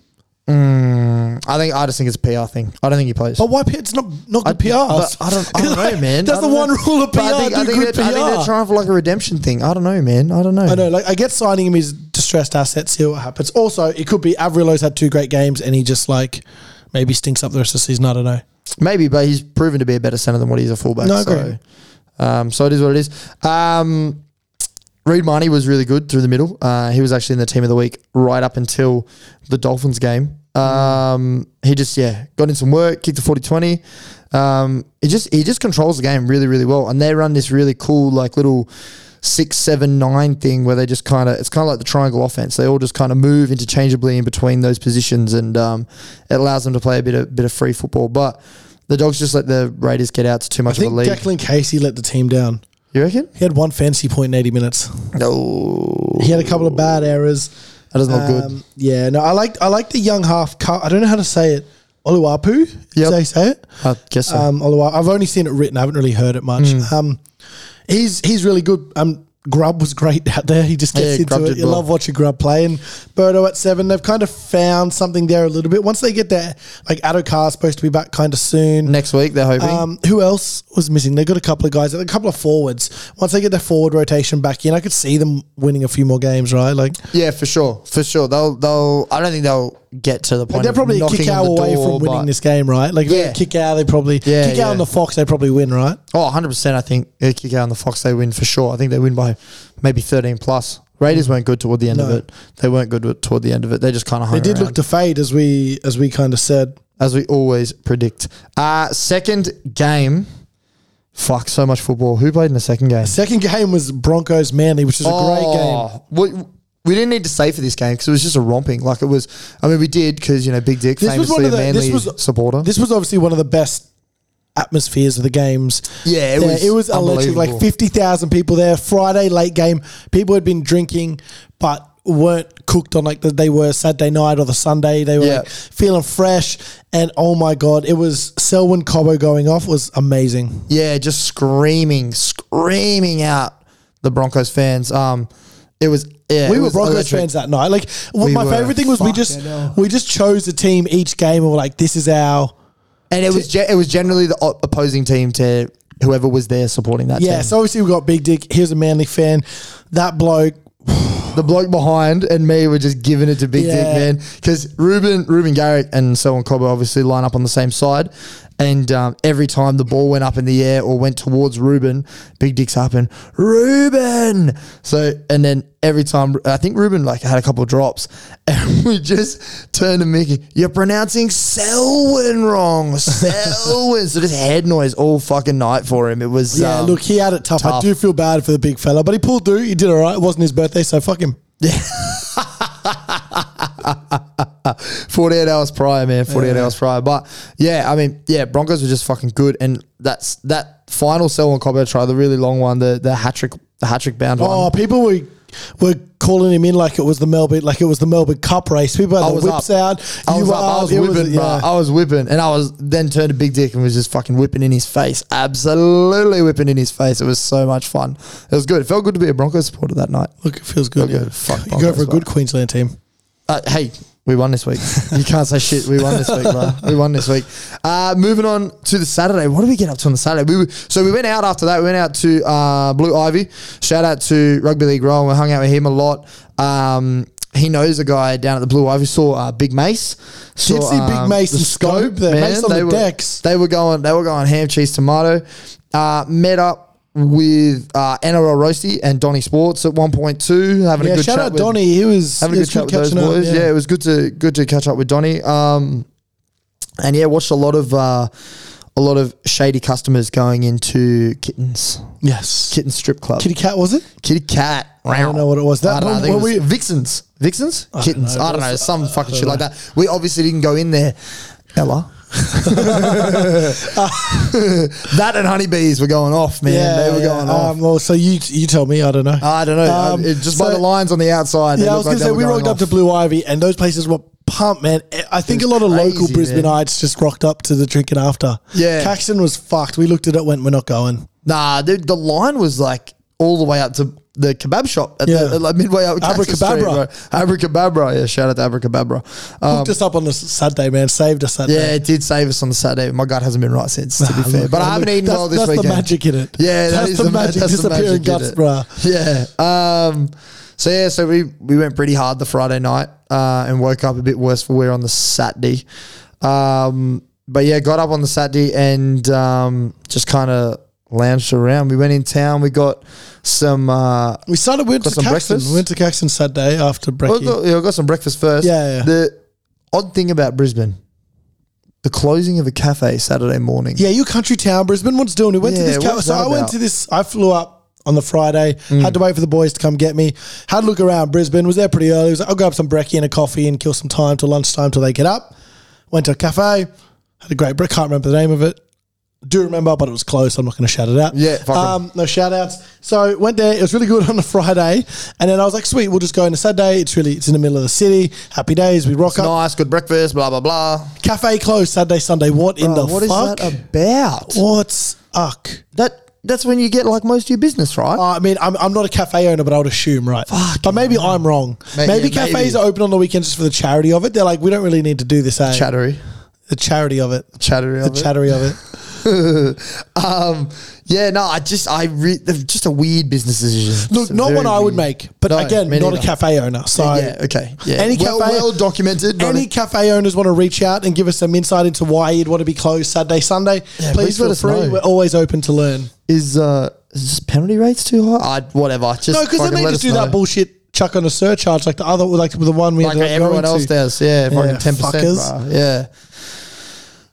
[SPEAKER 1] I think I just think it's a PR thing. I don't think he plays.
[SPEAKER 2] But why? P- It's not not
[SPEAKER 1] I-
[SPEAKER 2] good PR.
[SPEAKER 1] but I don't, I don't know, man.
[SPEAKER 2] That's
[SPEAKER 1] I
[SPEAKER 2] the
[SPEAKER 1] don't
[SPEAKER 2] one
[SPEAKER 1] know.
[SPEAKER 2] rule of PR.
[SPEAKER 1] But I think,
[SPEAKER 2] do
[SPEAKER 1] I think
[SPEAKER 2] good
[SPEAKER 1] they're, I
[SPEAKER 2] PR.
[SPEAKER 1] think they're trying for like a redemption thing. I don't know, man. I don't know.
[SPEAKER 2] I know, like I get signing him is distressed asset. See what happens. Also, it could be Avrilo's had two great games, and he just like maybe stinks up the rest of the season. I don't know.
[SPEAKER 1] Maybe, but he's proven to be a better center than what he is a fullback.
[SPEAKER 2] No, I
[SPEAKER 1] so,
[SPEAKER 2] agree.
[SPEAKER 1] um, so it is what it is. Um, Reed Marnie was really good through the middle. Uh, he was actually in the team of the week right up until the Dolphins game. Um, he just yeah got in some work, kicked a 40-20. Um, he just he just controls the game really really well, and they run this really cool like little six seven nine thing where they just kind of it's kind of like the triangle offense. They all just kind of move interchangeably in between those positions, and um, it allows them to play a bit of bit of free football. But the dogs just let the Raiders get out to too
[SPEAKER 2] I
[SPEAKER 1] much of
[SPEAKER 2] think
[SPEAKER 1] a lead.
[SPEAKER 2] Declan Casey let the team down.
[SPEAKER 1] you reckon?
[SPEAKER 2] He had one fancy point in eighty minutes.
[SPEAKER 1] No,
[SPEAKER 2] He had a couple of bad errors.
[SPEAKER 1] that doesn't look good.
[SPEAKER 2] Um, yeah, no, I like I like the young half. Car- I don't know how to say it. Oluwapu,
[SPEAKER 1] Yep.
[SPEAKER 2] is they say it.
[SPEAKER 1] I guess so.
[SPEAKER 2] Um, Oluwa- I've only seen it written. I haven't really heard it much.
[SPEAKER 1] Hmm.
[SPEAKER 2] Um, he's he's really good. Um, Grub was great out there. He just
[SPEAKER 1] Yeah,
[SPEAKER 2] gets
[SPEAKER 1] Grubb
[SPEAKER 2] into
[SPEAKER 1] did
[SPEAKER 2] it. You
[SPEAKER 1] well.
[SPEAKER 2] love watching Grub play. And Birdo at seven, they've kind of found something there a little bit. Once they get there, like Adokar's supposed to be back kind of soon.
[SPEAKER 1] Next week they're hoping.
[SPEAKER 2] Um, who else was missing? They got a couple of guys, a couple of forwards. Once they get their forward rotation back in, I could see them winning a few more games, right? Like
[SPEAKER 1] yeah, for sure, for sure. They'll they'll. I don't think they'll get to the point.
[SPEAKER 2] they're
[SPEAKER 1] of
[SPEAKER 2] probably a
[SPEAKER 1] knocking
[SPEAKER 2] kick
[SPEAKER 1] on
[SPEAKER 2] out
[SPEAKER 1] the
[SPEAKER 2] away
[SPEAKER 1] door,
[SPEAKER 2] from
[SPEAKER 1] but-
[SPEAKER 2] winning this game, right? Like if
[SPEAKER 1] Yeah.
[SPEAKER 2] they kick out, they probably
[SPEAKER 1] Yeah,
[SPEAKER 2] kick
[SPEAKER 1] yeah.
[SPEAKER 2] out on the Fox, they probably win, right?
[SPEAKER 1] Oh, 100%. I think they kick out on the Fox, they win for sure. I think they win by maybe 13 plus. Raiders weren't good toward the end of
[SPEAKER 2] Mm. No.
[SPEAKER 1] it. They weren't good with- toward the end of it. They just kind of hung
[SPEAKER 2] They did
[SPEAKER 1] around,
[SPEAKER 2] look to fade as we as we kind of said.
[SPEAKER 1] as we always predict. Uh, second game. Fuck, so much football. Who played in the second game?
[SPEAKER 2] Second game was Broncos Manly, which was a great game.
[SPEAKER 1] great game. We, we didn't need to say for this game because it was just a romping. Like it was, I mean, we did because, you know, Big Dick,
[SPEAKER 2] This was
[SPEAKER 1] famously
[SPEAKER 2] one of the
[SPEAKER 1] a manly
[SPEAKER 2] this was
[SPEAKER 1] supporter.
[SPEAKER 2] This was obviously one of the best atmospheres of the games.
[SPEAKER 1] Yeah, it
[SPEAKER 2] There-
[SPEAKER 1] was
[SPEAKER 2] it was electric.
[SPEAKER 1] unbelievable.
[SPEAKER 2] Like fifty thousand people there. Friday late game, people had been drinking, but weren't cooked on like the, they were Saturday night or the Sunday. They were
[SPEAKER 1] Yeah.
[SPEAKER 2] like feeling fresh, and oh my god, it was Selwyn Cobo going off was amazing.
[SPEAKER 1] Yeah, just screaming, screaming out the Broncos fans. Um, it was yeah,
[SPEAKER 2] we
[SPEAKER 1] it
[SPEAKER 2] were
[SPEAKER 1] was
[SPEAKER 2] Broncos
[SPEAKER 1] electric.
[SPEAKER 2] fans that night. Like what
[SPEAKER 1] We
[SPEAKER 2] my
[SPEAKER 1] were.
[SPEAKER 2] favorite thing was we
[SPEAKER 1] Fuck,
[SPEAKER 2] just
[SPEAKER 1] I know.
[SPEAKER 2] we just chose a team each game and we're like, this is our
[SPEAKER 1] and it was ge- it was generally the op- opposing team to whoever was there supporting that.
[SPEAKER 2] yeah.
[SPEAKER 1] team.
[SPEAKER 2] So obviously we got Big Dick. He was a Manly fan. That bloke
[SPEAKER 1] the bloke behind and me were just giving it to Big Dick,
[SPEAKER 2] Yeah.
[SPEAKER 1] man. Because Ruben, Ruben Garrick and so on Cobbo obviously line up on the same side. And um, every time the ball went up in the air or went towards Ruben, Big Dick's up and Ruben. So and then every time I think Ruben like had a couple of drops, and we just turned to Mickey. You're pronouncing Selwyn wrong, Selwyn. so just head noise all fucking night for him. It was
[SPEAKER 2] Yeah,
[SPEAKER 1] um,
[SPEAKER 2] look, he had it tough. I
[SPEAKER 1] tough.
[SPEAKER 2] do feel bad for the big fella, but he pulled through. He did all right. It wasn't his birthday, so fuck him.
[SPEAKER 1] 48 hours prior, man. 48 hours prior. But yeah, I mean, yeah, Broncos were just fucking good. And that's that final sell on Cobbo try, the really long one, the the hat trick, the hat trick bound
[SPEAKER 2] Oh,
[SPEAKER 1] one.
[SPEAKER 2] people were were calling him in like it was the Melbourne, like it was the Melbourne Cup race. People had
[SPEAKER 1] I
[SPEAKER 2] the
[SPEAKER 1] was
[SPEAKER 2] whips
[SPEAKER 1] up.
[SPEAKER 2] out.
[SPEAKER 1] I was,
[SPEAKER 2] were
[SPEAKER 1] up, I was
[SPEAKER 2] It
[SPEAKER 1] whipping, bro.
[SPEAKER 2] yeah.
[SPEAKER 1] I was whipping. And I was then turned to Big Dick and was just fucking whipping in his face. Absolutely whipping in his face. It was so much fun. It was good. It felt good to be a Broncos supporter that night.
[SPEAKER 2] Look, it feels good.
[SPEAKER 1] Okay,
[SPEAKER 2] yeah.
[SPEAKER 1] fuck
[SPEAKER 2] you go
[SPEAKER 1] Broncos,
[SPEAKER 2] for a good
[SPEAKER 1] bro.
[SPEAKER 2] Queensland team.
[SPEAKER 1] Uh, hey, we won this week. You can't say shit. We won this week, bro. We won this week. Uh, moving on to the Saturday. What did we get up to on the Saturday? We were, so we went out after that. We went out to uh, Blue Ivy. Shout out to Rugby League Rowan. We hung out with him a lot. Um, he knows a guy down at the Blue Ivy. Saw uh, Big Mace. Saw,
[SPEAKER 2] Did see Big Mace
[SPEAKER 1] um, the
[SPEAKER 2] and Scope there. Mace on
[SPEAKER 1] they
[SPEAKER 2] the
[SPEAKER 1] were,
[SPEAKER 2] decks.
[SPEAKER 1] They were going. They were going ham, cheese, tomato. Uh, met up with uh, NRL Roasty and Donny Sports at one point two. Having a
[SPEAKER 2] Yeah,
[SPEAKER 1] good
[SPEAKER 2] shout
[SPEAKER 1] chat
[SPEAKER 2] out
[SPEAKER 1] with,
[SPEAKER 2] Donny. He was
[SPEAKER 1] having
[SPEAKER 2] it
[SPEAKER 1] a
[SPEAKER 2] was
[SPEAKER 1] good chat with those
[SPEAKER 2] catching up,
[SPEAKER 1] boys. Yeah. it was good to good to catch up with Donny. Um, and yeah, watched a lot of uh, a lot of shady customers going into kittens,
[SPEAKER 2] Yes.
[SPEAKER 1] kitten strip club,
[SPEAKER 2] Kitty Cat was it?
[SPEAKER 1] kitty cat.
[SPEAKER 2] I don't know what it was.
[SPEAKER 1] I
[SPEAKER 2] That
[SPEAKER 1] don't know. I
[SPEAKER 2] one,
[SPEAKER 1] think it
[SPEAKER 2] were
[SPEAKER 1] was
[SPEAKER 2] we-
[SPEAKER 1] vixens, vixens,
[SPEAKER 2] don't
[SPEAKER 1] kittens.
[SPEAKER 2] know. uh,
[SPEAKER 1] I don't know,
[SPEAKER 2] It was-
[SPEAKER 1] some fucking
[SPEAKER 2] I
[SPEAKER 1] shit
[SPEAKER 2] don't
[SPEAKER 1] like that. We obviously didn't go in there, Ella. that and honeybees were going off, man. they were going off.
[SPEAKER 2] Um, well, so you you tell me. I don't know.
[SPEAKER 1] I don't know.
[SPEAKER 2] Um,
[SPEAKER 1] Um, it- just by
[SPEAKER 2] so-
[SPEAKER 1] the lines on the outside. they
[SPEAKER 2] Yeah, I was gonna
[SPEAKER 1] looked like they
[SPEAKER 2] say
[SPEAKER 1] were
[SPEAKER 2] we
[SPEAKER 1] going
[SPEAKER 2] rocked up
[SPEAKER 1] off.
[SPEAKER 2] to Blue Ivy, and those places were pumped, man. I think a lot
[SPEAKER 1] was
[SPEAKER 2] of local
[SPEAKER 1] crazy, man.
[SPEAKER 2] Brisbaneites just rocked up to the drinking after.
[SPEAKER 1] Yeah.
[SPEAKER 2] Caxton was fucked. We looked at it, went, "We're not going."
[SPEAKER 1] Nah, the, the line was like all the way up to the kebab shop at
[SPEAKER 2] Yeah.
[SPEAKER 1] the, like midway up Caxton Street, bro.
[SPEAKER 2] Abracababra.
[SPEAKER 1] Abracababra, yeah. Shout out to Abracababra. Um,
[SPEAKER 2] Hooked us up on this Saturday, man. Saved us Saturday.
[SPEAKER 1] yeah, it did save us on the Saturday. My gut hasn't been right since, to be
[SPEAKER 2] Ah,
[SPEAKER 1] fair.
[SPEAKER 2] look,
[SPEAKER 1] but I
[SPEAKER 2] look,
[SPEAKER 1] haven't eaten
[SPEAKER 2] that's-
[SPEAKER 1] well this
[SPEAKER 2] that's
[SPEAKER 1] weekend.
[SPEAKER 2] the magic in it.
[SPEAKER 1] Yeah, that
[SPEAKER 2] that's
[SPEAKER 1] is
[SPEAKER 2] the,
[SPEAKER 1] ma-
[SPEAKER 2] magic.
[SPEAKER 1] that's the
[SPEAKER 2] Disappearing
[SPEAKER 1] magic in
[SPEAKER 2] guts,
[SPEAKER 1] it.
[SPEAKER 2] bruh.
[SPEAKER 1] Yeah. Um, so yeah, so we we went pretty hard the Friday night uh, and woke up a bit worse for wear on the Saturday. Um, but yeah, got up on the Saturday and um, just kind of lounged around. We went in town. We got some. Uh,
[SPEAKER 2] We started. We went
[SPEAKER 1] Got
[SPEAKER 2] to
[SPEAKER 1] some
[SPEAKER 2] Caxton.
[SPEAKER 1] breakfast?
[SPEAKER 2] We went to Caxton Saturday after
[SPEAKER 1] well,
[SPEAKER 2] breakfast.
[SPEAKER 1] got, yeah, got some breakfast first.
[SPEAKER 2] Yeah, yeah.
[SPEAKER 1] The odd thing about Brisbane, the closing of a cafe Saturday morning.
[SPEAKER 2] Yeah, you country town, Brisbane. What's doing? We went
[SPEAKER 1] Yeah,
[SPEAKER 2] to this. Ca-
[SPEAKER 1] what's
[SPEAKER 2] so
[SPEAKER 1] that
[SPEAKER 2] I went
[SPEAKER 1] about? Mm.
[SPEAKER 2] to this. I flew up on the Friday. Had to wait for the boys to come get me. Had a look around Brisbane. Was there pretty early. Was like, I'll grab some brekkie and a coffee and kill some time till lunchtime till they get up. Went to a cafe. Had a great break. Can't remember the name of it. Do remember, but it was close. I'm not going to shout it out.
[SPEAKER 1] Yeah, fuck 'em.
[SPEAKER 2] um, no shout outs. So went there. It was really good on a Friday, and then I was like, "Sweet, we'll just go into Saturday. It's really it's in the middle of the city. Happy days. We rock up.
[SPEAKER 1] Nice, good breakfast, blah blah blah.
[SPEAKER 2] Cafe closed Saturday, Sunday. What in the
[SPEAKER 1] Bro, what is
[SPEAKER 2] fuck?
[SPEAKER 1] that about?
[SPEAKER 2] What's uck?
[SPEAKER 1] That that's when you get like most of your business, right?
[SPEAKER 2] Uh, I mean, I'm, I'm not a cafe owner, but I would assume, right? but maybe I'm wrong.
[SPEAKER 1] Maybe-
[SPEAKER 2] Maybe,
[SPEAKER 1] yeah, maybe.
[SPEAKER 2] cafes are open on the weekends just for the charity of it. They're like, we don't really need to do this. Eh?
[SPEAKER 1] chattery,
[SPEAKER 2] The charity of it.
[SPEAKER 1] chattery,
[SPEAKER 2] The
[SPEAKER 1] of it.
[SPEAKER 2] charity of it.
[SPEAKER 1] Um, yeah, no, I just I re- just a weird business decision.
[SPEAKER 2] Look,
[SPEAKER 1] It's
[SPEAKER 2] not
[SPEAKER 1] very
[SPEAKER 2] one I would
[SPEAKER 1] weird.
[SPEAKER 2] make, but
[SPEAKER 1] No,
[SPEAKER 2] again,
[SPEAKER 1] me
[SPEAKER 2] not a
[SPEAKER 1] neither.
[SPEAKER 2] cafe owner. So
[SPEAKER 1] Yeah, okay, yeah.
[SPEAKER 2] Any
[SPEAKER 1] Well-
[SPEAKER 2] cafe-
[SPEAKER 1] well documented. not
[SPEAKER 2] Any
[SPEAKER 1] a-
[SPEAKER 2] cafe owners want to reach out and give us some insight into why you'd want to be closed Saturday, Sunday?
[SPEAKER 1] Yeah, please
[SPEAKER 2] please
[SPEAKER 1] let
[SPEAKER 2] feel
[SPEAKER 1] us
[SPEAKER 2] free.
[SPEAKER 1] know.
[SPEAKER 2] We're always open to learn.
[SPEAKER 1] is uh is this penalty rates too high? I, whatever. Just
[SPEAKER 2] No, because
[SPEAKER 1] fucking
[SPEAKER 2] then they
[SPEAKER 1] let
[SPEAKER 2] just
[SPEAKER 1] us
[SPEAKER 2] do
[SPEAKER 1] know.
[SPEAKER 2] that bullshit. Chuck on a surcharge like the other, like the one we
[SPEAKER 1] like
[SPEAKER 2] ended up
[SPEAKER 1] everyone
[SPEAKER 2] going
[SPEAKER 1] else
[SPEAKER 2] to.
[SPEAKER 1] does. Yeah, fucking
[SPEAKER 2] Yeah,
[SPEAKER 1] ten
[SPEAKER 2] fuckers.
[SPEAKER 1] percent. Yeah.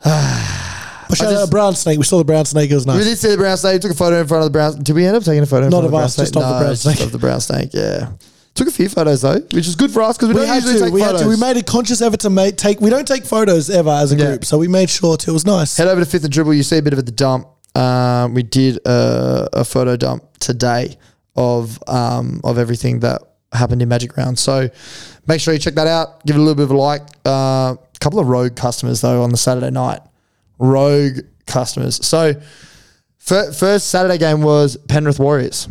[SPEAKER 2] But Oh, shout
[SPEAKER 1] just-
[SPEAKER 2] out to Brown Snake. We saw the Brown Snake. It was nice.
[SPEAKER 1] We did see the brown snake. We took a photo in front of the brown. Did we end up taking a photo? In
[SPEAKER 2] Not
[SPEAKER 1] front
[SPEAKER 2] of
[SPEAKER 1] the brown
[SPEAKER 2] us,
[SPEAKER 1] snake?
[SPEAKER 2] just of the
[SPEAKER 1] No,
[SPEAKER 2] brown snake.
[SPEAKER 1] of the brown snake. Yeah. Took a few photos though, which is good for us because we,
[SPEAKER 2] We
[SPEAKER 1] don't
[SPEAKER 2] had
[SPEAKER 1] usually
[SPEAKER 2] to.
[SPEAKER 1] take
[SPEAKER 2] We
[SPEAKER 1] photos.
[SPEAKER 2] had to. We made a conscious effort to make take. We don't take photos ever as a
[SPEAKER 1] Yeah.
[SPEAKER 2] group, so we made sure to. It was nice.
[SPEAKER 1] Head over to Fifth and Dribble. You see a bit of it at the dump. Um, we did a, a photo dump today of um, of everything that happened in Magic Round. So make sure you check that out. Give it a little bit of a like. A uh, couple of rogue customers though on the Saturday night. Rogue customers. So fir- first Saturday game was Penrith Warriors.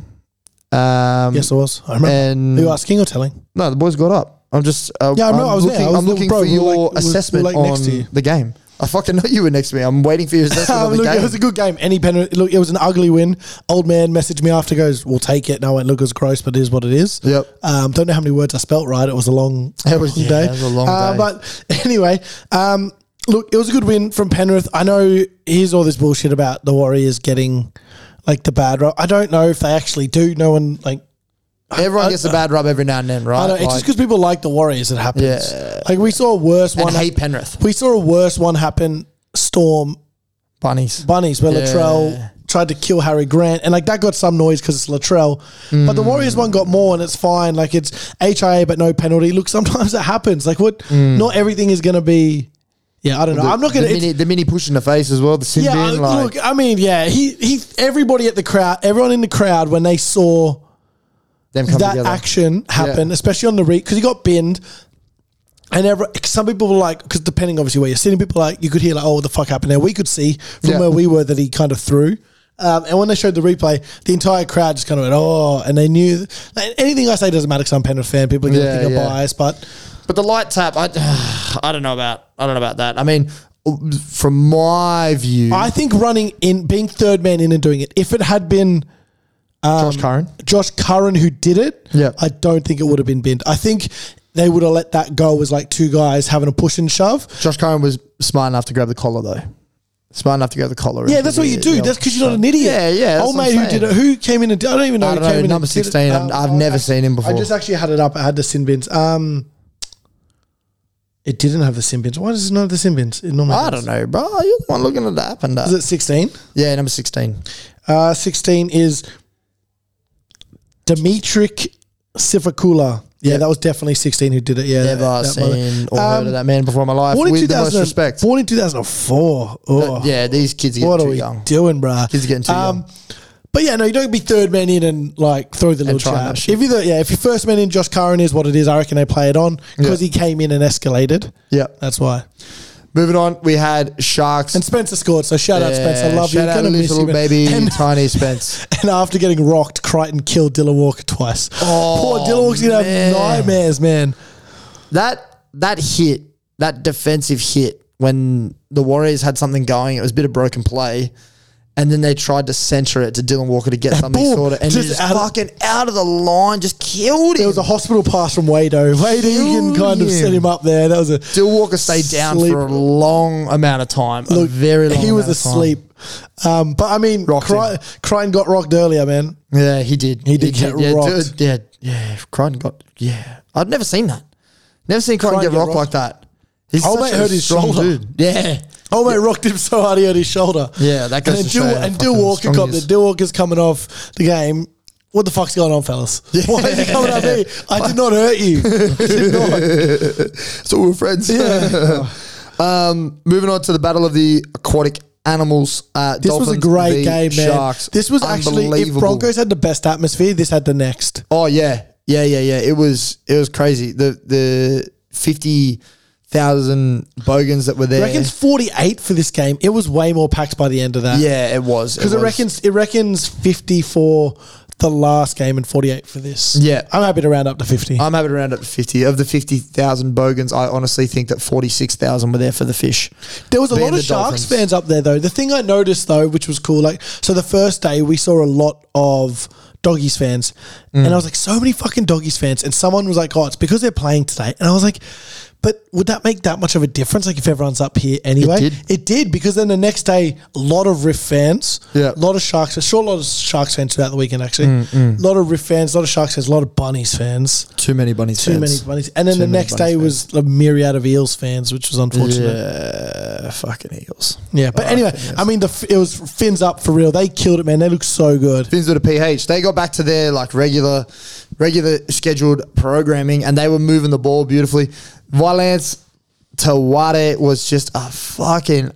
[SPEAKER 1] Um,
[SPEAKER 2] Yes, I was. I remember.
[SPEAKER 1] And-
[SPEAKER 2] Are you asking or telling?
[SPEAKER 1] no, the boys got up. I'm just. Uh,
[SPEAKER 2] Yeah, I
[SPEAKER 1] I'm
[SPEAKER 2] know, I was there.
[SPEAKER 1] looking,
[SPEAKER 2] I was
[SPEAKER 1] I'm
[SPEAKER 2] looking-
[SPEAKER 1] looking
[SPEAKER 2] bro,
[SPEAKER 1] for
[SPEAKER 2] we were
[SPEAKER 1] your
[SPEAKER 2] like- we were- we were
[SPEAKER 1] assessment
[SPEAKER 2] like
[SPEAKER 1] on
[SPEAKER 2] next to you.
[SPEAKER 1] the game. I fucking know you were next to me. I'm waiting for your assessment on the
[SPEAKER 2] look,
[SPEAKER 1] game.
[SPEAKER 2] it was a good game. Any Penrith, look, it was an ugly win. Old man messaged me after, goes, "We'll take it." And I went, "Look, it was gross, but it is what it is."
[SPEAKER 1] Yep.
[SPEAKER 2] Um, don't know how many words I spelt right. It was a long,
[SPEAKER 1] It was-
[SPEAKER 2] long
[SPEAKER 1] yeah,
[SPEAKER 2] day.
[SPEAKER 1] it was a long
[SPEAKER 2] Uh,
[SPEAKER 1] day.
[SPEAKER 2] But anyway, um, look, it was a good win from Penrith. I know here's all this bullshit about the Warriors getting like the bad rap. I don't know if they actually do. No one like.
[SPEAKER 1] Everyone gets a bad rub every now and then, right?
[SPEAKER 2] I don't, it's just
[SPEAKER 1] Like,
[SPEAKER 2] because people like the Warriors, it happens.
[SPEAKER 1] Yeah.
[SPEAKER 2] Like we saw a worse one.
[SPEAKER 1] hate Penrith.
[SPEAKER 2] We saw a worse one happen. Storm
[SPEAKER 1] bunnies.
[SPEAKER 2] bunnies where
[SPEAKER 1] Yeah.
[SPEAKER 2] Latrell tried to kill Harry Grant, and like that got some noise because it's Latrell. But
[SPEAKER 1] Hmm.
[SPEAKER 2] the Warriors one got more, and it's fine. Like it's HIA, but no penalty. Look, sometimes it happens. Like what? Not everything is going to be. Yeah, I don't know. I'm not going
[SPEAKER 1] Hmm. the
[SPEAKER 2] to.
[SPEAKER 1] mini, the mini push in the face as well. The sin
[SPEAKER 2] Yeah, I-
[SPEAKER 1] bin, like,
[SPEAKER 2] look, I mean, yeah, he he. Everybody at the crowd, everyone in the crowd, when they saw
[SPEAKER 1] them come
[SPEAKER 2] that
[SPEAKER 1] together.
[SPEAKER 2] action happen,
[SPEAKER 1] Yeah.
[SPEAKER 2] especially on the re because he got binned. And every, some people were like, because depending obviously where you're sitting, people like you could hear like, oh, what the fuck happened there? We could see from
[SPEAKER 1] Yeah.
[SPEAKER 2] where we were that he kind of threw. Um, and when they showed the replay, the entire crowd just kind of went, oh, and they knew. Like, anything I say doesn't matter because I'm a Penrith fan. People are going to
[SPEAKER 1] Yeah,
[SPEAKER 2] think
[SPEAKER 1] yeah.
[SPEAKER 2] I'm biased, but
[SPEAKER 1] But the light tap, I, I don't know about. I don't know about that. I mean, from my view,
[SPEAKER 2] I think running in, being third man in and doing it. If it had been
[SPEAKER 1] Josh Curran.
[SPEAKER 2] Josh Curran who did it,
[SPEAKER 1] Yeah.
[SPEAKER 2] I don't think it would have been binned. I think they would have let that go as like two guys having a push and shove.
[SPEAKER 1] Josh Curran was smart enough to grab the collar though. Smart enough to grab the collar.
[SPEAKER 2] Yeah,
[SPEAKER 1] and
[SPEAKER 2] that's
[SPEAKER 1] the-
[SPEAKER 2] what you do.
[SPEAKER 1] the-
[SPEAKER 2] That's because you're not an idiot.
[SPEAKER 1] Yeah, yeah, that's
[SPEAKER 2] Old
[SPEAKER 1] what I'm
[SPEAKER 2] mate who did
[SPEAKER 1] saying.
[SPEAKER 2] it. Who came in and did, I don't even know.
[SPEAKER 1] I
[SPEAKER 2] who
[SPEAKER 1] don't
[SPEAKER 2] came
[SPEAKER 1] know,
[SPEAKER 2] in and
[SPEAKER 1] number
[SPEAKER 2] did it.
[SPEAKER 1] 16, I'm- I've
[SPEAKER 2] I-
[SPEAKER 1] never seen him before.
[SPEAKER 2] I just actually had it up. I had the sin bins. Um, it didn't have the sin bins. Why does it not have the sin bins? It normally
[SPEAKER 1] I
[SPEAKER 2] does.
[SPEAKER 1] don't know, bro. You're the one looking at the app and that.
[SPEAKER 2] Is it sixteen?
[SPEAKER 1] Yeah, number sixteen.
[SPEAKER 2] Uh, sixteen is Dimitrik Sivakula. Yeah,
[SPEAKER 1] Yeah.
[SPEAKER 2] that was definitely sixteen who did it. Yeah,
[SPEAKER 1] Never
[SPEAKER 2] that- that
[SPEAKER 1] seen
[SPEAKER 2] mother-
[SPEAKER 1] or
[SPEAKER 2] Um,
[SPEAKER 1] heard of that man before in my life.
[SPEAKER 2] Born in
[SPEAKER 1] With the
[SPEAKER 2] 2000
[SPEAKER 1] most respect.
[SPEAKER 2] Born in two thousand and four. Oh,
[SPEAKER 1] Yeah, these kids are getting
[SPEAKER 2] What are
[SPEAKER 1] too
[SPEAKER 2] we
[SPEAKER 1] young.
[SPEAKER 2] doing, bruh? Um,
[SPEAKER 1] Kids are getting too young.
[SPEAKER 2] But yeah, no, you don't be third man in and like throw the little
[SPEAKER 1] try that
[SPEAKER 2] jab.
[SPEAKER 1] shit.
[SPEAKER 2] If you the, yeah, if your first man in, Josh Curran is what it is. I reckon they play it on because he came in and escalated.
[SPEAKER 1] Yeah.
[SPEAKER 2] That's why.
[SPEAKER 1] Moving on, we had Sharks.
[SPEAKER 2] And Spencer scored, so shout out Spencer. I love
[SPEAKER 1] shout
[SPEAKER 2] you.
[SPEAKER 1] out
[SPEAKER 2] Gonna miss
[SPEAKER 1] little
[SPEAKER 2] you, man.
[SPEAKER 1] baby
[SPEAKER 2] And,
[SPEAKER 1] Tiny Spence.
[SPEAKER 2] and after getting rocked, Crichton killed Dylan Walker twice.
[SPEAKER 1] Oh,
[SPEAKER 2] Poor Dylan Walker's gonna
[SPEAKER 1] man.
[SPEAKER 2] have nightmares, man.
[SPEAKER 1] That that hit, that defensive hit, when the Warriors had something going, it was a bit of broken play, and then they tried to center it to Dylan Walker to get something
[SPEAKER 2] boom,
[SPEAKER 1] sorted, and he
[SPEAKER 2] just
[SPEAKER 1] just
[SPEAKER 2] out of-
[SPEAKER 1] fucking out of the line, just killed him.
[SPEAKER 2] It was a hospital pass from Wado. Wade Egan kind of
[SPEAKER 1] Killed
[SPEAKER 2] set
[SPEAKER 1] him.
[SPEAKER 2] him up there. That was a
[SPEAKER 1] Dylan Walker stayed down
[SPEAKER 2] Sleep.
[SPEAKER 1] for a long amount of time. a
[SPEAKER 2] Look,
[SPEAKER 1] very long.
[SPEAKER 2] He was
[SPEAKER 1] amount of time.
[SPEAKER 2] asleep. Um, but I mean,
[SPEAKER 1] Rocked
[SPEAKER 2] Cry-
[SPEAKER 1] him.
[SPEAKER 2] Crichton got rocked earlier, man.
[SPEAKER 1] Yeah, he did.
[SPEAKER 2] He did get
[SPEAKER 1] yeah,
[SPEAKER 2] rocked.
[SPEAKER 1] dude, yeah, yeah. Crichton got. Yeah, I'd never seen that. Never seen Crichton get,
[SPEAKER 2] Crichton get rocked.
[SPEAKER 1] rocked, like that. He's
[SPEAKER 2] Old
[SPEAKER 1] such
[SPEAKER 2] mate
[SPEAKER 1] a
[SPEAKER 2] hurt his
[SPEAKER 1] strong
[SPEAKER 2] shoulder.
[SPEAKER 1] dude. Yeah,
[SPEAKER 2] Oh mate, rocked him so hard he hurt his shoulder.
[SPEAKER 1] Yeah, that goes
[SPEAKER 2] And
[SPEAKER 1] to show
[SPEAKER 2] Dil-
[SPEAKER 1] how
[SPEAKER 2] and Dill
[SPEAKER 1] fucking
[SPEAKER 2] Walker
[SPEAKER 1] strong
[SPEAKER 2] got
[SPEAKER 1] he
[SPEAKER 2] the
[SPEAKER 1] is.
[SPEAKER 2] Dill Walker's coming off the game. What the fuck's going on, fellas? Why is he coming at me? I did not hurt you. I did not.
[SPEAKER 1] it's all we're friends. Yeah. um, moving on to the battle of the aquatic animals. Uh,
[SPEAKER 2] This was a great game, man.
[SPEAKER 1] Sharks.
[SPEAKER 2] This was actually if
[SPEAKER 1] Unbelievable.
[SPEAKER 2] Broncos had the best atmosphere, this had the next.
[SPEAKER 1] Oh yeah, yeah, yeah, yeah. It was it was crazy. The the fifty thousand bogans that were there.
[SPEAKER 2] It reckons forty eight for this game. It was way more packed by the end of that.
[SPEAKER 1] yeah, it was
[SPEAKER 2] Because it
[SPEAKER 1] was.
[SPEAKER 2] reckons it reckons fifty for the last game and forty eight for this.
[SPEAKER 1] Yeah.
[SPEAKER 2] I'm happy to round up to fifty.
[SPEAKER 1] I'm happy to round up to 50. Of the 50,000 bogans, I honestly think that 46,000 were there for the fish.
[SPEAKER 2] There was a
[SPEAKER 1] Being
[SPEAKER 2] lot of
[SPEAKER 1] the
[SPEAKER 2] Sharks
[SPEAKER 1] Dolphins.
[SPEAKER 2] fans up there, though. The thing I noticed, though, which was cool, like, so the first day we saw a lot of Doggies fans, and
[SPEAKER 1] Mm.
[SPEAKER 2] I was like, so many fucking Doggies fans. And someone was like, oh, it's because they're playing today. And I was like, but would that make that much of a difference? Like, if everyone's up here anyway?
[SPEAKER 1] did.
[SPEAKER 2] did, because then the next day, a lot of Riff fans,
[SPEAKER 1] Yeah. Mm,
[SPEAKER 2] a lot of Sharks, I saw a lot of Sharks fans throughout the weekend, actually. A lot of Riff fans, a lot of Sharks fans, a lot of Bunnies fans.
[SPEAKER 1] Too many bunnies.
[SPEAKER 2] Too many bunnies. And then
[SPEAKER 1] Too
[SPEAKER 2] the
[SPEAKER 1] many
[SPEAKER 2] next
[SPEAKER 1] Bunnies
[SPEAKER 2] day
[SPEAKER 1] fans.
[SPEAKER 2] was a myriad of Eels fans, which was unfortunate.
[SPEAKER 1] Yeah, fucking eagles.
[SPEAKER 2] Yeah, but anyway, I mean, the f- it was fins up for real. They killed it, man. They look so good.
[SPEAKER 1] Fins with a PH. They got back to their like regular, regular scheduled programming, and they were moving the ball beautifully. Violence Tawade was just a fucking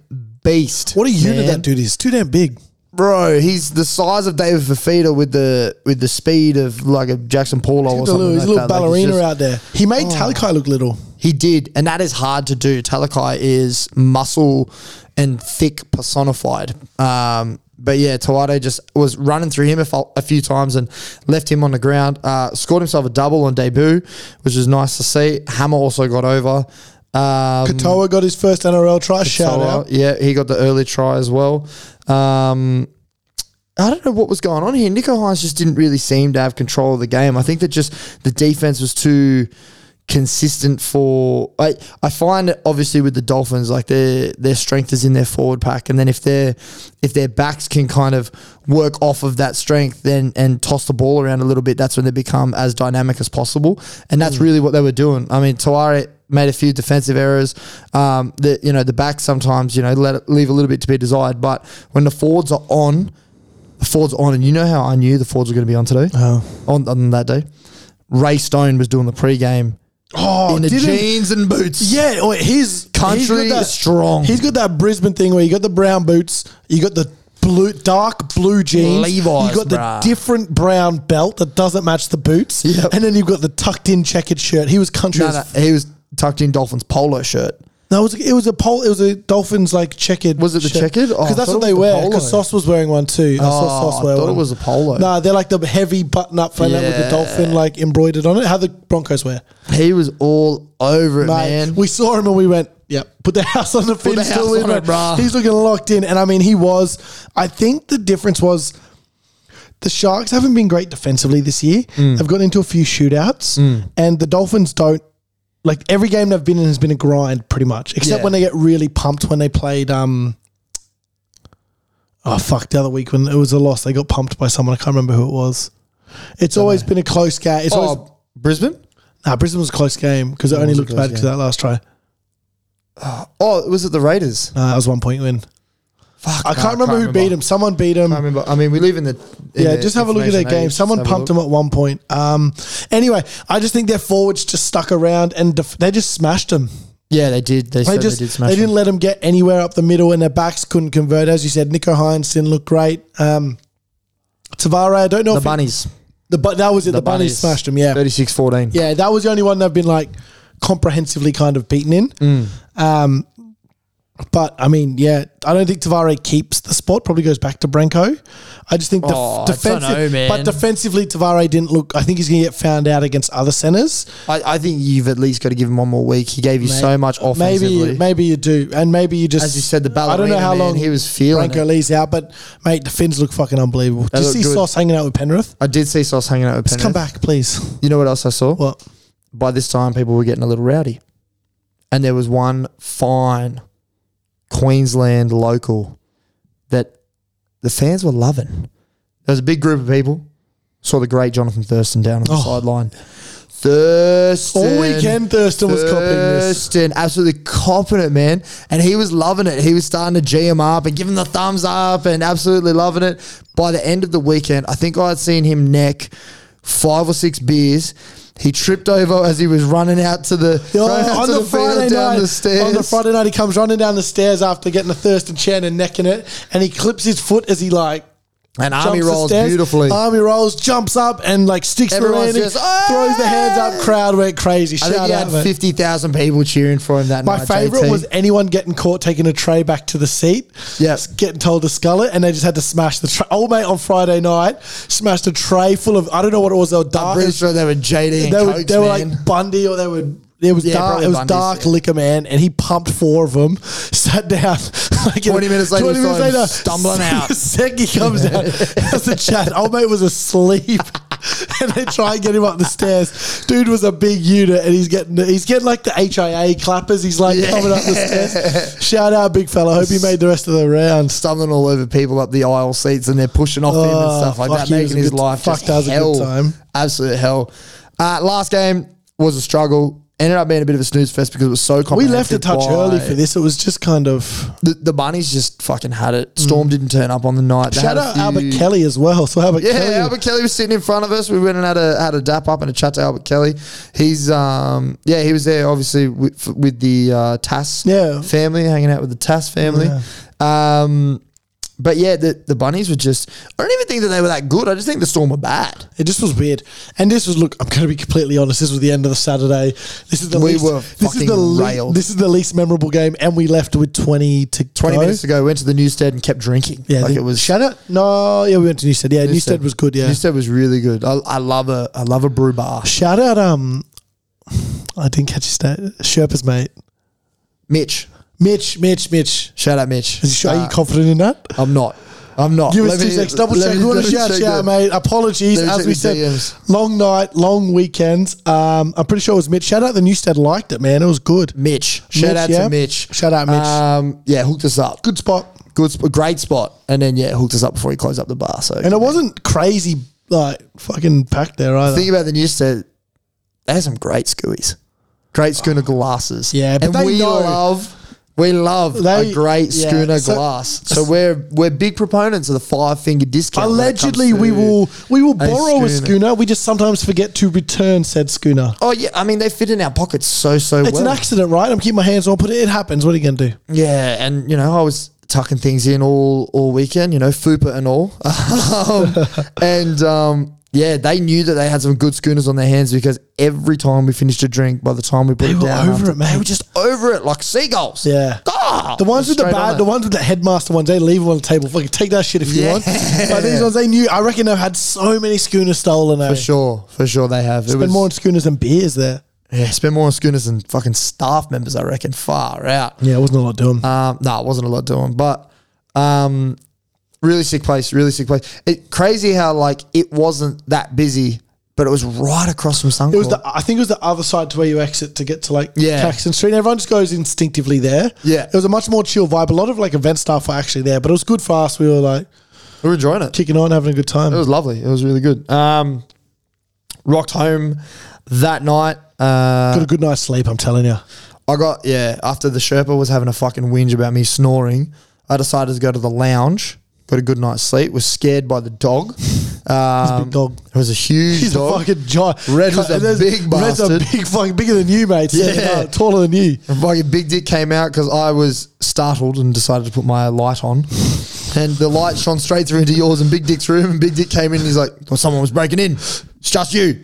[SPEAKER 1] beast.
[SPEAKER 2] What a unit
[SPEAKER 1] man.
[SPEAKER 2] that dude is. Too damn big.
[SPEAKER 1] bro, he's the size of David Fafita with the with the speed of like a Jackson Paulo or
[SPEAKER 2] He's a
[SPEAKER 1] something.
[SPEAKER 2] little, he's a
[SPEAKER 1] like
[SPEAKER 2] little
[SPEAKER 1] that. Like, he's
[SPEAKER 2] ballerina
[SPEAKER 1] just- Oh.
[SPEAKER 2] out there. He made Talakai look little.
[SPEAKER 1] He did, and that is hard to do. Talakai is muscle and thick personified. Um, but yeah, Tawade just was running through him a, fu- a few times and left him on the ground. Uh, scored himself a double on debut, which is nice to see. Hammer also got over. Um,
[SPEAKER 2] Katoa got his first NRL try. Shout
[SPEAKER 1] Toa,
[SPEAKER 2] out.
[SPEAKER 1] Yeah, he got the early try as well. Um, I don't know what was going on here. Nico Hines just didn't really seem to have control of the game. I think that just the defense was too consistent for. I I find it obviously with the Dolphins, like their their strength is in their forward pack, and then if their if their backs can kind of work off of that strength, then and toss the ball around a little bit, that's when they become as dynamic as possible, and that's really what they were doing. I mean, Tawari made a few defensive errors. Um, the you know the back sometimes you know let it leave a little bit to be desired. But when the Fords are on, the Fords are on, and you know how I knew the Fords were going to be on today.
[SPEAKER 2] Oh.
[SPEAKER 1] On on that day, Ray Stone was doing the pregame
[SPEAKER 2] Oh,
[SPEAKER 1] in the
[SPEAKER 2] didn't-
[SPEAKER 1] jeans and boots.
[SPEAKER 2] Yeah, or he's
[SPEAKER 1] Country
[SPEAKER 2] he's got that-
[SPEAKER 1] strong.
[SPEAKER 2] He's got that Brisbane thing where you got the brown boots, you got the blue dark blue jeans,
[SPEAKER 1] Levi's,
[SPEAKER 2] you got the
[SPEAKER 1] bruh.
[SPEAKER 2] different brown belt that doesn't match the boots,
[SPEAKER 1] Yep.
[SPEAKER 2] and then you've got the tucked in checkered shirt. He was country.
[SPEAKER 1] No,
[SPEAKER 2] as
[SPEAKER 1] no,
[SPEAKER 2] f-
[SPEAKER 1] he was tucked in Dolphins polo shirt.
[SPEAKER 2] no, it was it was a pole. It was a Dolphins like checkered.
[SPEAKER 1] Was it the checkered? Oh,
[SPEAKER 2] Because
[SPEAKER 1] I
[SPEAKER 2] that's
[SPEAKER 1] thought
[SPEAKER 2] what
[SPEAKER 1] it
[SPEAKER 2] they
[SPEAKER 1] was the
[SPEAKER 2] wear.
[SPEAKER 1] polo.
[SPEAKER 2] Because Sauce was wearing one too. I saw
[SPEAKER 1] Oh,
[SPEAKER 2] Sauce
[SPEAKER 1] I
[SPEAKER 2] wear
[SPEAKER 1] thought
[SPEAKER 2] one.
[SPEAKER 1] it was a polo.
[SPEAKER 2] No, they're like the heavy button up flannel with the
[SPEAKER 1] Yeah.
[SPEAKER 2] dolphin like embroidered on it. How the Broncos wear.
[SPEAKER 1] He was all over it,
[SPEAKER 2] Mate,
[SPEAKER 1] man.
[SPEAKER 2] we saw him and we went, yep, put the house on the fence.
[SPEAKER 1] the
[SPEAKER 2] till
[SPEAKER 1] house
[SPEAKER 2] we
[SPEAKER 1] on
[SPEAKER 2] know."
[SPEAKER 1] it, bruh.
[SPEAKER 2] He's looking locked in. And I mean, he was. I think the difference was the Sharks haven't been great defensively this year.
[SPEAKER 1] Mm.
[SPEAKER 2] They've gotten into a few shootouts, and the Dolphins don't. Like every game they've been in has been a grind, pretty much, except
[SPEAKER 1] Yeah.
[SPEAKER 2] when they get really pumped when they played. um Oh fuck! The other week when it was a loss, they got pumped by someone. I can't remember who it was. It's always been a close game. It's always
[SPEAKER 1] oh, Brisbane.
[SPEAKER 2] Nah, Brisbane was a close game because it only
[SPEAKER 1] was a
[SPEAKER 2] looked
[SPEAKER 1] close
[SPEAKER 2] bad because
[SPEAKER 1] game.
[SPEAKER 2] that last try.
[SPEAKER 1] Oh, was it the Raiders?
[SPEAKER 2] Nah, that was one point win.
[SPEAKER 1] Fuck,
[SPEAKER 2] I
[SPEAKER 1] no,
[SPEAKER 2] can't remember who beat him. Someone beat him.
[SPEAKER 1] I can't remember. I mean, we live in the in
[SPEAKER 2] yeah,
[SPEAKER 1] the
[SPEAKER 2] just have a look at their
[SPEAKER 1] information
[SPEAKER 2] game.
[SPEAKER 1] age.
[SPEAKER 2] Someone
[SPEAKER 1] Have a
[SPEAKER 2] pumped
[SPEAKER 1] look.
[SPEAKER 2] them at one point. Um, anyway, I just think their forwards just stuck around and def- they just smashed them.
[SPEAKER 1] Yeah, they did. They,
[SPEAKER 2] They
[SPEAKER 1] said
[SPEAKER 2] just
[SPEAKER 1] they
[SPEAKER 2] they,
[SPEAKER 1] did smash.
[SPEAKER 2] didn't
[SPEAKER 1] him.
[SPEAKER 2] let them get anywhere up the middle, and their backs couldn't convert. As you said, Nico Hines didn't look great. Um, Tavare, I don't know
[SPEAKER 1] the
[SPEAKER 2] if
[SPEAKER 1] bunnies.
[SPEAKER 2] He, the bu- that was it. The, bunnies, smashed them. Yeah,
[SPEAKER 1] 36-14.
[SPEAKER 2] Yeah, that was the only one they've been like comprehensively kind of beaten in.
[SPEAKER 1] Mm.
[SPEAKER 2] Um, but I mean, yeah, I don't think Tavare keeps the spot. Probably goes back to Branko. I just think def-
[SPEAKER 1] Oh, I don't
[SPEAKER 2] defensive,
[SPEAKER 1] know, man.
[SPEAKER 2] but defensively, Tavare didn't look. I think he's going to get found out against other centers.
[SPEAKER 1] I, I think you've at least got to give him one more week. He gave you so much offensively.
[SPEAKER 2] Maybe, maybe you do, and maybe you just
[SPEAKER 1] As you said, the
[SPEAKER 2] I don't know
[SPEAKER 1] ballerina,
[SPEAKER 2] how
[SPEAKER 1] man,
[SPEAKER 2] long
[SPEAKER 1] he was feeling
[SPEAKER 2] Branko
[SPEAKER 1] it.
[SPEAKER 2] Lee's out, but mate, the Finns look fucking unbelievable. Did you
[SPEAKER 1] look
[SPEAKER 2] see
[SPEAKER 1] good.
[SPEAKER 2] Sauce hanging out with Penrith?
[SPEAKER 1] I did see Sauce hanging out with
[SPEAKER 2] Just come
[SPEAKER 1] Penrith.
[SPEAKER 2] back, please.
[SPEAKER 1] You know what else I saw?
[SPEAKER 2] What?
[SPEAKER 1] By this time, people were getting a little rowdy, and there was one fine Queensland local that the fans were loving. There was a big group of people. Saw the great Jonathan Thurston down on the sideline. Thurston.
[SPEAKER 2] Oh. All weekend, Thurston was copying this.
[SPEAKER 1] Thurston, absolutely copping it, man. And he was loving it. He was starting to G him up and give him the thumbs up and absolutely loving it. By the end of the weekend, I think I had seen him neck five or six beers. He tripped over as he was running out to the,
[SPEAKER 2] Oh,
[SPEAKER 1] running out
[SPEAKER 2] on
[SPEAKER 1] to
[SPEAKER 2] the,
[SPEAKER 1] the field
[SPEAKER 2] Friday
[SPEAKER 1] down
[SPEAKER 2] night,
[SPEAKER 1] the stairs.
[SPEAKER 2] on the Friday night, he comes running down the stairs after getting a Thurston chin and necking it, and he clips his foot as he like
[SPEAKER 1] and
[SPEAKER 2] jumps
[SPEAKER 1] Army
[SPEAKER 2] the
[SPEAKER 1] rolls
[SPEAKER 2] stairs. Um,
[SPEAKER 1] beautifully.
[SPEAKER 2] Army rolls, jumps up and like sticks
[SPEAKER 1] Everyone's
[SPEAKER 2] the landing,
[SPEAKER 1] just, "Ah!"
[SPEAKER 2] throws the hands up. Crowd went crazy.
[SPEAKER 1] I
[SPEAKER 2] Shout
[SPEAKER 1] think he
[SPEAKER 2] out,
[SPEAKER 1] had
[SPEAKER 2] mate.
[SPEAKER 1] 50,000 people cheering for him that
[SPEAKER 2] My
[SPEAKER 1] night.
[SPEAKER 2] favorite
[SPEAKER 1] JT.
[SPEAKER 2] was anyone getting caught taking a tray back to the seat.
[SPEAKER 1] Yeah.
[SPEAKER 2] s- Getting told to scull it, and they just had to smash the tray. Old mate on Friday night smashed a tray full of, I don't know what it was, they were
[SPEAKER 1] I'm
[SPEAKER 2] dark.
[SPEAKER 1] pretty
[SPEAKER 2] as
[SPEAKER 1] sure they were JD and
[SPEAKER 2] they were,
[SPEAKER 1] Cokes,
[SPEAKER 2] they were
[SPEAKER 1] man.
[SPEAKER 2] like Bundy or they were it was
[SPEAKER 1] Yeah,
[SPEAKER 2] dark
[SPEAKER 1] probably
[SPEAKER 2] it was
[SPEAKER 1] Bundy's,
[SPEAKER 2] dark
[SPEAKER 1] yeah.
[SPEAKER 2] liquor man and he pumped four of them sat down like
[SPEAKER 1] 20 minutes later, we saw him stumbling out.
[SPEAKER 2] Seki comes out has a chat old mate was asleep and they try and get him up the stairs dude was a big unit and he's getting he's getting like the HIA clappers he's like
[SPEAKER 1] Yeah.
[SPEAKER 2] coming up the stairs shout out big fella hope he made the rest of the round
[SPEAKER 1] stumbling all over people up the aisle seats and they're pushing off him and
[SPEAKER 2] Oh,
[SPEAKER 1] stuff like
[SPEAKER 2] fuck,
[SPEAKER 1] that,
[SPEAKER 2] he was
[SPEAKER 1] making
[SPEAKER 2] a
[SPEAKER 1] his
[SPEAKER 2] good-
[SPEAKER 1] life
[SPEAKER 2] fuck,
[SPEAKER 1] just
[SPEAKER 2] that was a good
[SPEAKER 1] hell.
[SPEAKER 2] time.
[SPEAKER 1] Absolute hell. Uh, last game was a struggle. Ended up being a bit of a snooze fest because it was so
[SPEAKER 2] we left a
[SPEAKER 1] comprehensive
[SPEAKER 2] touch
[SPEAKER 1] by-
[SPEAKER 2] early for this it was just kind of
[SPEAKER 1] The, the bunnies just fucking had it. Storm didn't turn up on the night. They
[SPEAKER 2] Mm. shout
[SPEAKER 1] had a
[SPEAKER 2] out
[SPEAKER 1] few-
[SPEAKER 2] Albert Kelly as well so Albert
[SPEAKER 1] Yeah,
[SPEAKER 2] Kelly
[SPEAKER 1] Albert Kelly was sitting in front of us. We went and had a had a dap up and a chat to Albert Kelly. He's um yeah he was there obviously with, with the uh, Tass
[SPEAKER 2] Yeah.
[SPEAKER 1] family hanging out with the Tass family. Um, But yeah, the, the bunnies were just. I don't even think that they were that good. I just think the storm were bad.
[SPEAKER 2] It just was weird. And this was look, I'm gonna be completely honest, this was the end of the Saturday. This is the
[SPEAKER 1] We
[SPEAKER 2] least,
[SPEAKER 1] were
[SPEAKER 2] this is
[SPEAKER 1] fucking
[SPEAKER 2] the le-
[SPEAKER 1] railed.
[SPEAKER 2] this is the least memorable game and we left with twenty to
[SPEAKER 1] Twenty
[SPEAKER 2] go.
[SPEAKER 1] minutes ago, we went to the newstead and kept drinking.
[SPEAKER 2] Yeah,
[SPEAKER 1] like
[SPEAKER 2] the-
[SPEAKER 1] it was.
[SPEAKER 2] shout out no, yeah, we went to Newstead. Yeah, Newstead, was good, yeah.
[SPEAKER 1] Newstead was really good. I, I love a I love a brew bar.
[SPEAKER 2] Shout out um I didn't catch his name. Sherpa's mate.
[SPEAKER 1] Mitch,
[SPEAKER 2] Mitch, Mitch, Mitch.
[SPEAKER 1] shout out Mitch.
[SPEAKER 2] Is he, are
[SPEAKER 1] Uh,
[SPEAKER 2] you confident in that?
[SPEAKER 1] I'm not. I'm not.
[SPEAKER 2] Give us
[SPEAKER 1] Let
[SPEAKER 2] two
[SPEAKER 1] me-
[SPEAKER 2] seconds. Double
[SPEAKER 1] let
[SPEAKER 2] check.
[SPEAKER 1] me-
[SPEAKER 2] We want
[SPEAKER 1] let
[SPEAKER 2] to
[SPEAKER 1] me
[SPEAKER 2] shout
[SPEAKER 1] check
[SPEAKER 2] you out,
[SPEAKER 1] that.
[SPEAKER 2] mate. Apologies.
[SPEAKER 1] Let me
[SPEAKER 2] As
[SPEAKER 1] check
[SPEAKER 2] we
[SPEAKER 1] the
[SPEAKER 2] said,
[SPEAKER 1] DMs.
[SPEAKER 2] long night, long weekends. Um, I'm pretty sure it was Mitch. Shout out the Newstead liked it, man. It was good.
[SPEAKER 1] Mitch. Shout
[SPEAKER 2] Mitch,
[SPEAKER 1] out
[SPEAKER 2] yeah?
[SPEAKER 1] to Mitch.
[SPEAKER 2] Shout out, Mitch.
[SPEAKER 1] Um, yeah, hooked us up.
[SPEAKER 2] Good spot.
[SPEAKER 1] Good, sp- great spot. And then yeah, hooked us up before he closed up the bar. So
[SPEAKER 2] And it wasn't crazy, like fucking packed there either.
[SPEAKER 1] Think about the newstead. They had some great scooies, great schooner glasses.
[SPEAKER 2] Yeah, but
[SPEAKER 1] and
[SPEAKER 2] they
[SPEAKER 1] we
[SPEAKER 2] know.
[SPEAKER 1] love. We love
[SPEAKER 2] They-
[SPEAKER 1] a great
[SPEAKER 2] yeah,
[SPEAKER 1] schooner
[SPEAKER 2] so-
[SPEAKER 1] glass. So we're we're big proponents of the five finger discount. when it comes
[SPEAKER 2] Allegedly, we
[SPEAKER 1] to-
[SPEAKER 2] will we will borrow a
[SPEAKER 1] schooner.
[SPEAKER 2] schooner. We just sometimes forget to return said schooner.
[SPEAKER 1] Oh yeah, I mean they fit in our pockets so so
[SPEAKER 2] It's
[SPEAKER 1] well.
[SPEAKER 2] an accident, right? I'm keeping my hands on, but it happens. What are you going to do?
[SPEAKER 1] Yeah, and you know, I was tucking things in all all weekend, you know, fupa and all. um, and um, yeah, they knew that they had some good schooners on their hands because every time we finished a drink, by the time we put
[SPEAKER 2] They
[SPEAKER 1] it
[SPEAKER 2] were
[SPEAKER 1] down,
[SPEAKER 2] over it,
[SPEAKER 1] They
[SPEAKER 2] mate.
[SPEAKER 1] were just over it like seagulls.
[SPEAKER 2] Yeah.
[SPEAKER 1] Ah,
[SPEAKER 2] The ones with the
[SPEAKER 1] straight on
[SPEAKER 2] bad,
[SPEAKER 1] it.
[SPEAKER 2] the ones with the headmaster ones, they leave them on the table. Fucking take that shit if you
[SPEAKER 1] Yeah.
[SPEAKER 2] want. But these ones, they knew. I reckon they've had so many schooners stolen. eh?
[SPEAKER 1] for sure, for sure they have. It
[SPEAKER 2] Spend
[SPEAKER 1] was,
[SPEAKER 2] more on schooners than beers there.
[SPEAKER 1] yeah, spend more on schooners than fucking staff members, I reckon. Far out.
[SPEAKER 2] Yeah, it wasn't a lot doing.
[SPEAKER 1] Um, no, it wasn't a lot doing, but um, really sick place, really sick place. It crazy how like it wasn't that busy, but it was right across from Suncorp.
[SPEAKER 2] it was the, I think it was the other side to where you exit to get to like
[SPEAKER 1] Yeah.
[SPEAKER 2] Caxton Street. And everyone just goes instinctively there.
[SPEAKER 1] Yeah.
[SPEAKER 2] it was a much more chill vibe. A lot of like event staff were actually there, but it was good for us. We were like
[SPEAKER 1] we were enjoying it.
[SPEAKER 2] kicking on, having a good time.
[SPEAKER 1] It was lovely. It was really good. Um, rocked home that night. Uh,
[SPEAKER 2] Got a good night's sleep, I'm telling you.
[SPEAKER 1] I got yeah. After the Sherpa was having a fucking whinge about me snoring, I decided to go to the lounge. Got a good night's sleep. Was scared by the dog. Um,
[SPEAKER 2] dog.
[SPEAKER 1] It was a huge
[SPEAKER 2] He's
[SPEAKER 1] dog.
[SPEAKER 2] a fucking giant.
[SPEAKER 1] Red was a
[SPEAKER 2] There's-
[SPEAKER 1] big
[SPEAKER 2] Red's a
[SPEAKER 1] bastard.
[SPEAKER 2] big fucking bigger than you, mate. Yeah,
[SPEAKER 1] Yeah.
[SPEAKER 2] taller than you.
[SPEAKER 1] My big dick came out because I was startled and decided to put my light on. And the light shone straight through into yours and Big Dick's room. And Big Dick came in and he's like, well, someone was breaking in. It's just you.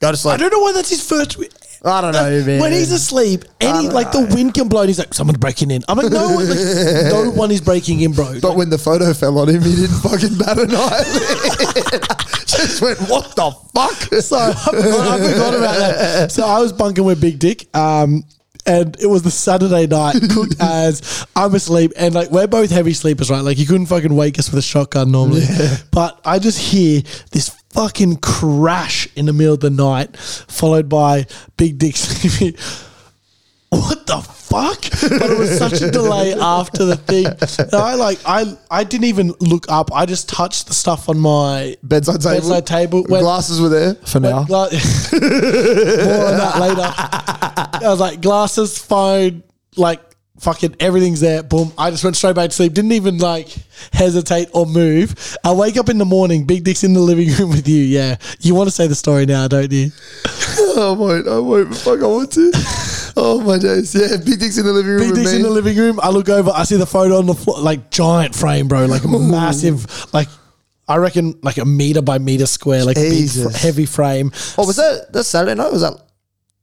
[SPEAKER 1] Go to sleep.
[SPEAKER 2] I don't know why that's his first.
[SPEAKER 1] I don't know, man.
[SPEAKER 2] When he's asleep,
[SPEAKER 1] I
[SPEAKER 2] any
[SPEAKER 1] don't
[SPEAKER 2] like
[SPEAKER 1] know.
[SPEAKER 2] the wind can blow, and he's like, "Someone's breaking in." I'm like, "No, one, like, no one is breaking in, bro."
[SPEAKER 1] but when the photo fell on him, he didn't fucking bat an eyelid. just went, what the fuck?
[SPEAKER 2] so I forgot, I forgot about that. So I was bunking with Big Dick, um, and it was the Saturday night. Cooked as I'm asleep, and like we're both heavy sleepers, right? Like you couldn't fucking wake us with a shotgun normally. But I just hear this fucking crash in the middle of the night, followed by Big Dick sleeping. What the fuck? But it was such a delay after the thing. And I like I I didn't even look up. I just touched the stuff on my
[SPEAKER 1] Bedside table.
[SPEAKER 2] Bedside table. When-
[SPEAKER 1] Glasses were there for now.
[SPEAKER 2] like, gla- more on that later. I was like, glasses, phone, like fucking everything's there. Boom. I just went straight back to sleep. Didn't even like hesitate or move. I wake up in the morning. Big Dick's in the living room with you. Yeah. You want to say the story now, don't you?
[SPEAKER 1] I won't. I won't. but Fuck, I want to. Oh, my days. Yeah, Big Dick's in the living room
[SPEAKER 2] Big
[SPEAKER 1] with
[SPEAKER 2] Dick's
[SPEAKER 1] me.
[SPEAKER 2] in the living room. I look over. I see the photo on the floor. Like giant frame, bro. Like massive. Like. I reckon like a meter by meter square, like big, fr-
[SPEAKER 1] Jesus.
[SPEAKER 2] heavy frame.
[SPEAKER 1] Oh, was that that Saturday night? Or was that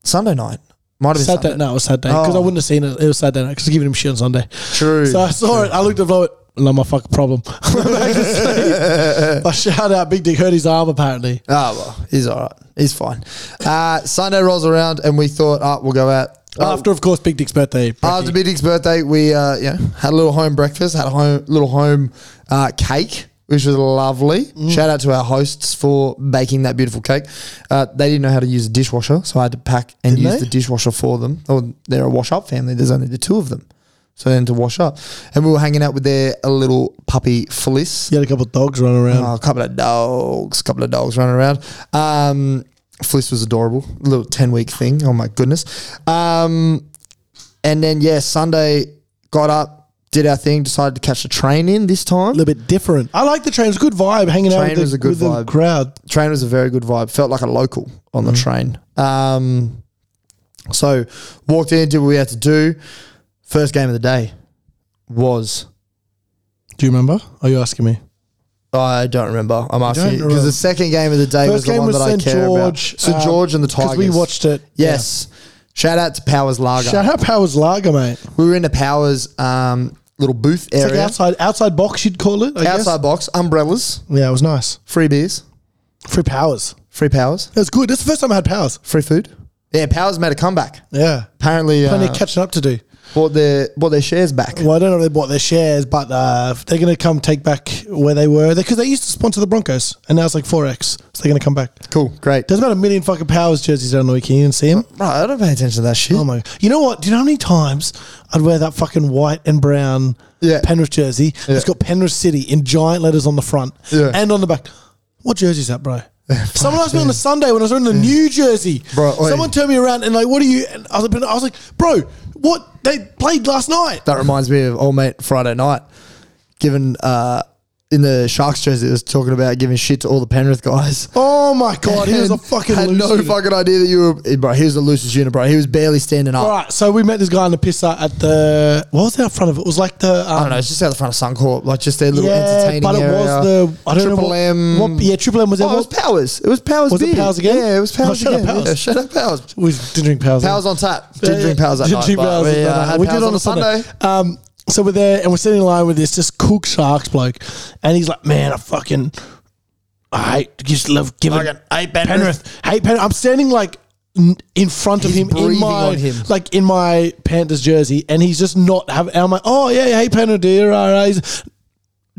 [SPEAKER 1] Sunday night? Might have been Saturday.
[SPEAKER 2] Saturday. No, it was Saturday because I
[SPEAKER 1] Oh.
[SPEAKER 2] wouldn't have seen it. It was Saturday night because I was giving him shit on Sunday.
[SPEAKER 1] True.
[SPEAKER 2] So I saw it. I looked at it. Not my fucking problem. I went back to sleep. I shout out Big Dick hurt his arm apparently.
[SPEAKER 1] Ah, well, he's all right. He's fine. Uh, Sunday rolls around, and we thought, ah, we'll go out.
[SPEAKER 2] After, of course, Big Dick's birthday.
[SPEAKER 1] after Big Dick's birthday, we uh, you know, had a little home breakfast, had a home, little home uh, cake, which was lovely. Shout out to our hosts for baking that beautiful cake. Uh, they didn't know how to use a dishwasher, so I had to pack and
[SPEAKER 2] Didn't
[SPEAKER 1] use
[SPEAKER 2] they?
[SPEAKER 1] the dishwasher for them. Oh, they're a wash up family. There's only the two of them. So then to wash up. And we were hanging out with their little puppy, Felice.
[SPEAKER 2] He had a couple of dogs running around.
[SPEAKER 1] Oh, a couple of dogs, couple of dogs running around. Um, Fliss was adorable, little ten week thing. Oh my goodness. Um, and then yeah, Sunday got up, did our thing, decided to catch the train in this
[SPEAKER 2] a
[SPEAKER 1] time.
[SPEAKER 2] little bit different. I like the train. It was a good vibe hanging out
[SPEAKER 1] Train
[SPEAKER 2] with, the,
[SPEAKER 1] was a good
[SPEAKER 2] with the
[SPEAKER 1] vibe.
[SPEAKER 2] crowd.
[SPEAKER 1] train was a very good vibe. Felt like a local on the
[SPEAKER 2] Mm.
[SPEAKER 1] train. Um, so walked in, did what we had to do. First game of the day was
[SPEAKER 2] Do you remember? Are you asking me?
[SPEAKER 1] I don't remember. I'm asking
[SPEAKER 2] don't
[SPEAKER 1] because
[SPEAKER 2] remember.
[SPEAKER 1] the second game of the day was
[SPEAKER 2] First
[SPEAKER 1] the
[SPEAKER 2] game
[SPEAKER 1] one
[SPEAKER 2] was
[SPEAKER 1] that
[SPEAKER 2] St
[SPEAKER 1] I care
[SPEAKER 2] George.
[SPEAKER 1] about. St
[SPEAKER 2] um,
[SPEAKER 1] George and the Tigers.
[SPEAKER 2] 'cause We watched it.
[SPEAKER 1] Yes. Shout out to Powers Lager.
[SPEAKER 2] Yeah. Shout out Powers Lager, mate.
[SPEAKER 1] We were in the Powers um, little booth
[SPEAKER 2] It's like
[SPEAKER 1] area,
[SPEAKER 2] outside outside box, you'd call it. I guess.
[SPEAKER 1] outside box, umbrellas,
[SPEAKER 2] Yeah, it was nice.
[SPEAKER 1] free beers,
[SPEAKER 2] Free Powers.
[SPEAKER 1] free Powers,
[SPEAKER 2] It was good. That's the first time I had Powers.
[SPEAKER 1] free food. Yeah, Powers made a comeback.
[SPEAKER 2] Yeah.
[SPEAKER 1] Apparently,
[SPEAKER 2] Plenty
[SPEAKER 1] uh,
[SPEAKER 2] of catching up to do.
[SPEAKER 1] bought their bought their shares back.
[SPEAKER 2] Well, I don't know if they bought their shares, but uh, they're going to come take back where they were because they used to sponsor the Broncos, and now it's like four X. So they're going to come back.
[SPEAKER 1] Cool, great.
[SPEAKER 2] There's about a million fucking Powers jerseys down the week. Can you even see them?
[SPEAKER 1] Bro, I don't pay attention to that shit.
[SPEAKER 2] Oh my! You know what? Do you know how many times I'd wear that fucking white and brown
[SPEAKER 1] Yeah.
[SPEAKER 2] Penrith jersey? It's got Penrith City in giant letters on the front
[SPEAKER 1] Yeah.
[SPEAKER 2] and on the back. What jersey is that, bro? Someone asked me on the Sunday when I was wearing the new jersey.
[SPEAKER 1] Bro, oi.
[SPEAKER 2] someone turned me around and like, "What are you?" And I was like, I was like, "Bro, what they played last night?"
[SPEAKER 1] That reminds me of old mate Friday night, giving uh, in the Sharks jersey. It was talking about giving shit to all the Penrith guys.
[SPEAKER 2] Oh my god, he was a
[SPEAKER 1] And
[SPEAKER 2] fucking
[SPEAKER 1] had
[SPEAKER 2] loser.
[SPEAKER 1] no fucking idea that you were bro. He was the loosest unit, bro. He was barely standing up.
[SPEAKER 2] All right, so we met this guy on the pisser at the what was that front of it? It was like the um,
[SPEAKER 1] I don't know. It's just out the front of Suncorp, like just their little entertaining
[SPEAKER 2] but it
[SPEAKER 1] area.
[SPEAKER 2] was the I don't
[SPEAKER 1] Triple
[SPEAKER 2] know what,
[SPEAKER 1] M.
[SPEAKER 2] what- yeah, Triple M was there.
[SPEAKER 1] Oh, it was
[SPEAKER 2] what,
[SPEAKER 1] Powers. It was Powers.
[SPEAKER 2] Was it
[SPEAKER 1] beer.
[SPEAKER 2] Powers again?
[SPEAKER 1] Yeah, it was
[SPEAKER 2] Oh,
[SPEAKER 1] Powers.
[SPEAKER 2] shut up,
[SPEAKER 1] again.
[SPEAKER 2] Powers.
[SPEAKER 1] Yeah, shut up, Powers.
[SPEAKER 2] we didn't drink powers.
[SPEAKER 1] Powers on tap. Didn't drink powers that
[SPEAKER 2] Didn't
[SPEAKER 1] night.
[SPEAKER 2] drink
[SPEAKER 1] but
[SPEAKER 2] powers
[SPEAKER 1] we,
[SPEAKER 2] that
[SPEAKER 1] uh,
[SPEAKER 2] night.
[SPEAKER 1] had
[SPEAKER 2] We
[SPEAKER 1] Powers
[SPEAKER 2] did on,
[SPEAKER 1] on
[SPEAKER 2] a
[SPEAKER 1] a
[SPEAKER 2] Sunday.
[SPEAKER 1] Sunday.
[SPEAKER 2] Um, so we're there and we're sitting in line with this just cook sharks bloke, and he's like, "Man, I fucking I hate, just love giving
[SPEAKER 1] Fucking hate Penrith.
[SPEAKER 2] Penrith. Hate Penrith. I'm standing like." n- In front of
[SPEAKER 1] He's
[SPEAKER 2] him, in
[SPEAKER 1] breathing
[SPEAKER 2] my
[SPEAKER 1] on him.
[SPEAKER 2] like in my Panthers jersey, and he's just not having. I'm like, oh yeah, yeah, hey Penrith, dear, all right. He's-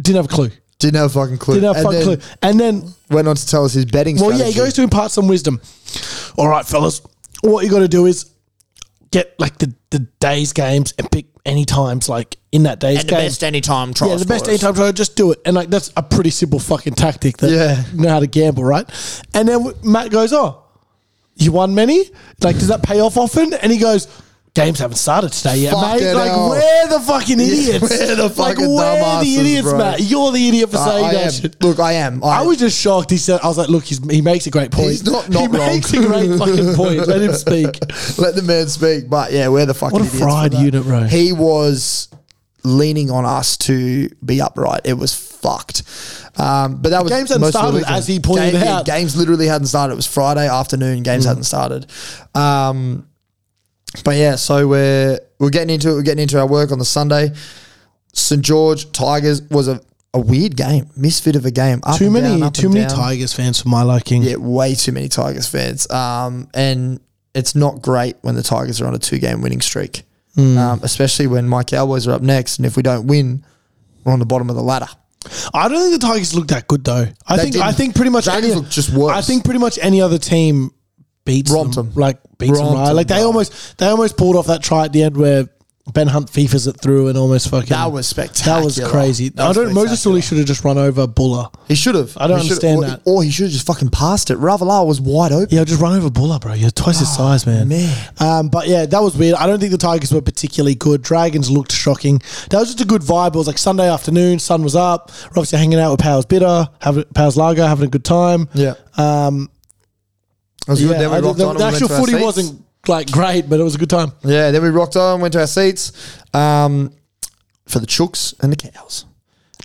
[SPEAKER 2] Didn't have a clue.
[SPEAKER 1] Didn't have a fucking clue.
[SPEAKER 2] Didn't have a
[SPEAKER 1] And
[SPEAKER 2] fucking
[SPEAKER 1] then
[SPEAKER 2] clue. And then
[SPEAKER 1] Went on to tell us his betting.
[SPEAKER 2] well, yeah, he goes to impart some wisdom. All right, fellas, what you got to do is get like the, the day's games and pick any times like in that day's game.
[SPEAKER 1] anytime try.
[SPEAKER 2] yeah, the best anytime try, just do it. And like that's a pretty simple fucking tactic that
[SPEAKER 1] Yeah.
[SPEAKER 2] you know how to gamble, right? And then w- Matt goes, "Oh, you won many? Like does that pay off often?" And he goes, "Games haven't started today yet,
[SPEAKER 1] Fucking
[SPEAKER 2] mate. Like
[SPEAKER 1] hell.
[SPEAKER 2] we're the fucking idiots.
[SPEAKER 1] we're the
[SPEAKER 2] like,
[SPEAKER 1] fucking
[SPEAKER 2] we're the
[SPEAKER 1] dumbasses,
[SPEAKER 2] idiots,
[SPEAKER 1] bro.
[SPEAKER 2] Matt. You're the idiot for saying
[SPEAKER 1] I
[SPEAKER 2] that
[SPEAKER 1] am.
[SPEAKER 2] shit."
[SPEAKER 1] Look, I am.
[SPEAKER 2] I was just shocked. He said, "I was like, look, he's, he makes a great point.
[SPEAKER 1] He's not- not
[SPEAKER 2] he
[SPEAKER 1] wrong.
[SPEAKER 2] makes a great fucking point. Let him speak.
[SPEAKER 1] Let the man speak. But yeah, we're the fucking
[SPEAKER 2] What a
[SPEAKER 1] idiots for
[SPEAKER 2] fried
[SPEAKER 1] that.
[SPEAKER 2] unit, bro.
[SPEAKER 1] He was leaning on us to be upright. It was fucked. Um, but that was
[SPEAKER 2] Games hadn't
[SPEAKER 1] most of the
[SPEAKER 2] started,
[SPEAKER 1] weekend.
[SPEAKER 2] as he pointed
[SPEAKER 1] Game- yeah,
[SPEAKER 2] out. Mm.
[SPEAKER 1] games literally hadn't started. It was Friday afternoon. Games hadn't started. Um, but yeah, so we're we're getting into it. We're getting into our work on the Sunday. St George Tigers was a, a weird game, misfit of a game. Up
[SPEAKER 2] Too
[SPEAKER 1] and down,
[SPEAKER 2] many,
[SPEAKER 1] up
[SPEAKER 2] too
[SPEAKER 1] and
[SPEAKER 2] many
[SPEAKER 1] down.
[SPEAKER 2] Tigers fans for my liking.
[SPEAKER 1] Yeah, way too many Tigers fans. Um, and it's not great when the Tigers are on a two game winning streak, um, especially when my Cowboys are up next. And if we don't win, we're on the bottom of the ladder.
[SPEAKER 2] I don't think the Tigers look that good though. I
[SPEAKER 1] They
[SPEAKER 2] think,
[SPEAKER 1] didn't.
[SPEAKER 2] I think pretty much
[SPEAKER 1] Dragons
[SPEAKER 2] any,
[SPEAKER 1] look just worse.
[SPEAKER 2] I think pretty much any other team beats
[SPEAKER 1] Romped
[SPEAKER 2] them,
[SPEAKER 1] them.
[SPEAKER 2] like beats them.
[SPEAKER 1] Romped
[SPEAKER 2] Right? Like
[SPEAKER 1] them,
[SPEAKER 2] they
[SPEAKER 1] bro.
[SPEAKER 2] almost, they almost pulled off that try at the end where Ben Hunt fifas it through and almost fucking.
[SPEAKER 1] That was spectacular.
[SPEAKER 2] That was crazy.
[SPEAKER 1] That
[SPEAKER 2] I
[SPEAKER 1] was
[SPEAKER 2] don't. Moses
[SPEAKER 1] spectacular.
[SPEAKER 2] Sully should have just run over Buller.
[SPEAKER 1] He should have.
[SPEAKER 2] I don't
[SPEAKER 1] He should-
[SPEAKER 2] understand
[SPEAKER 1] or,
[SPEAKER 2] that.
[SPEAKER 1] Or he should have just fucking passed it. Ravalala was wide open.
[SPEAKER 2] Yeah, just run over Buller, bro. You're twice his size, man.
[SPEAKER 1] Oh, man.
[SPEAKER 2] Um, but yeah, that was weird. I don't think the Tigers were particularly good. Dragons looked shocking. That was just a good vibe. It was like Sunday afternoon, sun was up. We're obviously hanging out with Powers Bitter, having Powers Lager, having a good time.
[SPEAKER 1] Yeah.
[SPEAKER 2] Um,
[SPEAKER 1] It was
[SPEAKER 2] yeah
[SPEAKER 1] good. Then we
[SPEAKER 2] I-
[SPEAKER 1] rocked
[SPEAKER 2] the,
[SPEAKER 1] on.
[SPEAKER 2] the
[SPEAKER 1] and we went
[SPEAKER 2] actual
[SPEAKER 1] to our
[SPEAKER 2] footy
[SPEAKER 1] seats.
[SPEAKER 2] wasn't like great, but it was a good time.
[SPEAKER 1] Yeah, then we rocked on, went to our seats um, for the Chooks and the Cows.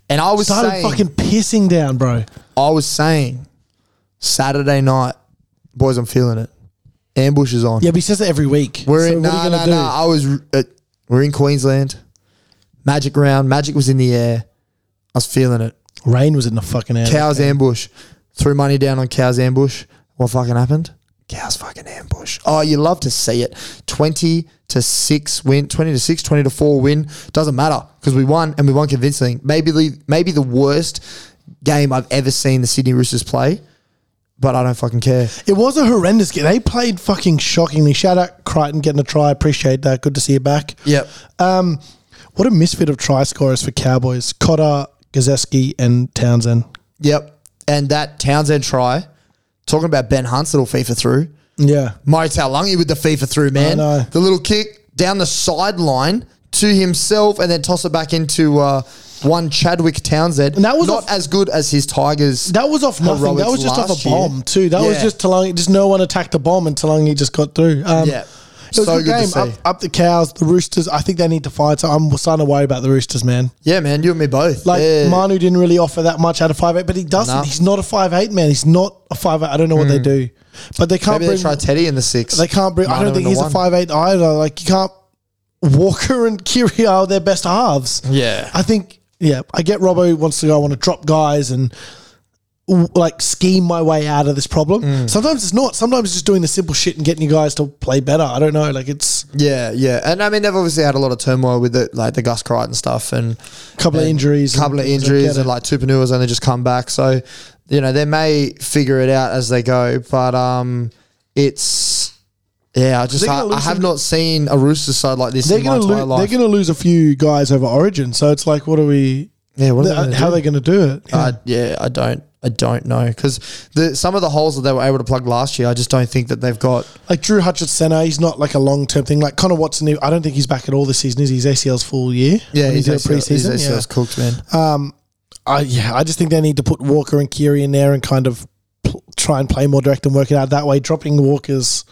[SPEAKER 1] And I was
[SPEAKER 2] Started
[SPEAKER 1] saying,
[SPEAKER 2] fucking pissing down, bro.
[SPEAKER 1] I was saying Saturday night, boys, I'm feeling it. Ambush is on.
[SPEAKER 2] Yeah, but he says that every week.
[SPEAKER 1] we're
[SPEAKER 2] So
[SPEAKER 1] in.
[SPEAKER 2] what are
[SPEAKER 1] Nah,
[SPEAKER 2] you
[SPEAKER 1] nah,
[SPEAKER 2] gonna do?
[SPEAKER 1] nah. I was. Uh, we're in Queensland. Magic round. Magic was in the air. I was feeling it.
[SPEAKER 2] Rain was in the fucking air.
[SPEAKER 1] Cows ambush. Threw money down on cows ambush. What fucking happened? Cows fucking ambush. Oh, you love to see it. 20 to 6 win, 20 to 6, 20 to 4 win. Doesn't matter because we won and we won convincingly. Maybe the, maybe the worst game I've ever seen the Sydney Roosters play, but I don't fucking care.
[SPEAKER 2] It was a horrendous game. They played fucking shockingly. Shout out Crichton getting a try. Appreciate that. Good to see you back.
[SPEAKER 1] Yep.
[SPEAKER 2] Um, what a misfit of try scorers for Cowboys. Cotter, Gazeski, and Townsend.
[SPEAKER 1] Yep. And that Townsend try, talking about Ben Hunt's little FIFA through.
[SPEAKER 2] Yeah.
[SPEAKER 1] Murray Taulungi with the FIFA through, man.
[SPEAKER 2] I know.
[SPEAKER 1] The little kick down the sideline to himself and then toss it back into uh, one Chadwick Townsend.
[SPEAKER 2] And that was
[SPEAKER 1] not
[SPEAKER 2] off-
[SPEAKER 1] as good as his Tigers.
[SPEAKER 2] That was off nothing. That
[SPEAKER 1] heroics
[SPEAKER 2] was just off
[SPEAKER 1] last
[SPEAKER 2] a
[SPEAKER 1] year.
[SPEAKER 2] bomb, too. That was
[SPEAKER 1] Yeah.
[SPEAKER 2] just Talangi. Just no one attacked the bomb and Talangi just got through. Um,
[SPEAKER 1] yeah.
[SPEAKER 2] It was
[SPEAKER 1] So
[SPEAKER 2] a good,
[SPEAKER 1] good to
[SPEAKER 2] game.
[SPEAKER 1] see.
[SPEAKER 2] Up, up the cows, the roosters. I think they need to fight. So I'm starting to worry about the roosters, man.
[SPEAKER 1] Yeah, man, you and me both.
[SPEAKER 2] Like
[SPEAKER 1] yeah.
[SPEAKER 2] Manu didn't really offer that much out of five eight, but he doesn't.
[SPEAKER 1] Nah. Hmm.
[SPEAKER 2] He's not a five eight man. He's not a five eight. I don't know what they do, but they can't
[SPEAKER 1] Maybe
[SPEAKER 2] bring.
[SPEAKER 1] they try Teddy in the six.
[SPEAKER 2] they can't bring. I
[SPEAKER 1] Manu
[SPEAKER 2] don't think
[SPEAKER 1] in
[SPEAKER 2] he's a
[SPEAKER 1] the one.
[SPEAKER 2] five eight either. Like you can't. Walker and Kiri are their best halves.
[SPEAKER 1] Yeah.
[SPEAKER 2] I think. Yeah, I get Robbo wants to go. I want to drop guys and w- like scheme my way out of this problem.
[SPEAKER 1] Mm.
[SPEAKER 2] Sometimes it's not. Sometimes it's just doing the simple shit and getting you guys to play better. I don't know. Like it's
[SPEAKER 1] Yeah, yeah, and I mean they've obviously had a lot of turmoil with the like the Gus Crichton stuff and
[SPEAKER 2] a couple of
[SPEAKER 1] and
[SPEAKER 2] injuries, and
[SPEAKER 1] couple of
[SPEAKER 2] things
[SPEAKER 1] injuries,
[SPEAKER 2] get it.
[SPEAKER 1] and like Tupanua's only just come back, so you know they may figure it out as they go. But um, it's yeah, I just
[SPEAKER 2] They're
[SPEAKER 1] I,
[SPEAKER 2] gonna lose
[SPEAKER 1] I have
[SPEAKER 2] some-
[SPEAKER 1] not seen a Roosters side like this
[SPEAKER 2] they're
[SPEAKER 1] in my
[SPEAKER 2] gonna
[SPEAKER 1] entire
[SPEAKER 2] loo-
[SPEAKER 1] life.
[SPEAKER 2] they're gonna lose a few guys over Origin. So it's like, what are we?
[SPEAKER 1] yeah, what are they
[SPEAKER 2] th-
[SPEAKER 1] gonna
[SPEAKER 2] how
[SPEAKER 1] do?
[SPEAKER 2] are they gonna do it?
[SPEAKER 1] I, Uh, yeah, I don't, I don't know because the some of the holes that they were able to plug last year, I just don't think that they've got.
[SPEAKER 2] like Drew Hutchins center, he's not like a long term thing. Like Connor Watson, he- I don't think he's back at all this season. Is he? his ACL's full year?
[SPEAKER 1] Yeah,
[SPEAKER 2] When
[SPEAKER 1] he's
[SPEAKER 2] he did
[SPEAKER 1] ACL,
[SPEAKER 2] a
[SPEAKER 1] he's
[SPEAKER 2] preseason.
[SPEAKER 1] ACL's
[SPEAKER 2] yeah. Uh,
[SPEAKER 1] cooked, man.
[SPEAKER 2] I, yeah, I just think they need to put Walker and Kiri in there and kind of pl- try and play more direct and work it out that way. Dropping Walker's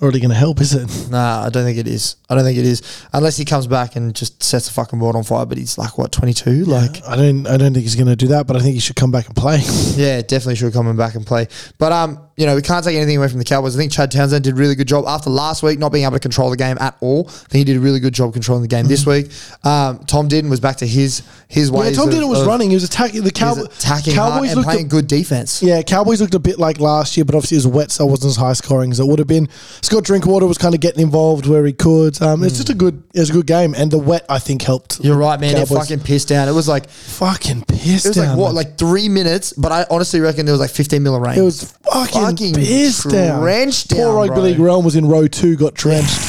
[SPEAKER 2] not really going to help, is it?
[SPEAKER 1] Nah, I don't think it is. I don't think it is. Unless he comes back and just sets the fucking world on fire, but he's like what, twenty two? Like
[SPEAKER 2] I don't. I don't think he's going to do that. But I think he should come back and play.
[SPEAKER 1] Yeah, definitely should come back and play. But um, you know, we can't take anything away from the Cowboys. I think Chad Townsend did a really good job after last week not being able to control the game at all. I think he did a really good job controlling the game this week. Um, Tom Didden was back to his his
[SPEAKER 2] Mm-hmm. yeah,
[SPEAKER 1] ways.
[SPEAKER 2] Tom
[SPEAKER 1] of-
[SPEAKER 2] Dillon was
[SPEAKER 1] of-
[SPEAKER 2] running. He was attacking the
[SPEAKER 1] his
[SPEAKER 2] Cow-
[SPEAKER 1] attacking hard
[SPEAKER 2] Cowboys.
[SPEAKER 1] and
[SPEAKER 2] Looked
[SPEAKER 1] playing
[SPEAKER 2] a,
[SPEAKER 1] good defense.
[SPEAKER 2] yeah, Cowboys looked a bit like last year, but obviously it was wet, so it wasn't as high scoring as it would have been. Scott Drinkwater was kind of getting involved where he could. Um, It's just a good. It was a good game, and the wet I think helped.
[SPEAKER 1] Hmm. You're right, man. It
[SPEAKER 2] Cowboys.
[SPEAKER 1] fucking pissed down. It was like it
[SPEAKER 2] fucking pissed.
[SPEAKER 1] was like what, like three minutes, but I honestly reckon there was like fifteen mil of rain.
[SPEAKER 2] It was fucking, pissed down.
[SPEAKER 1] drenched down.
[SPEAKER 2] Poor rugby
[SPEAKER 1] bro.
[SPEAKER 2] league realm was in row two, got drenched.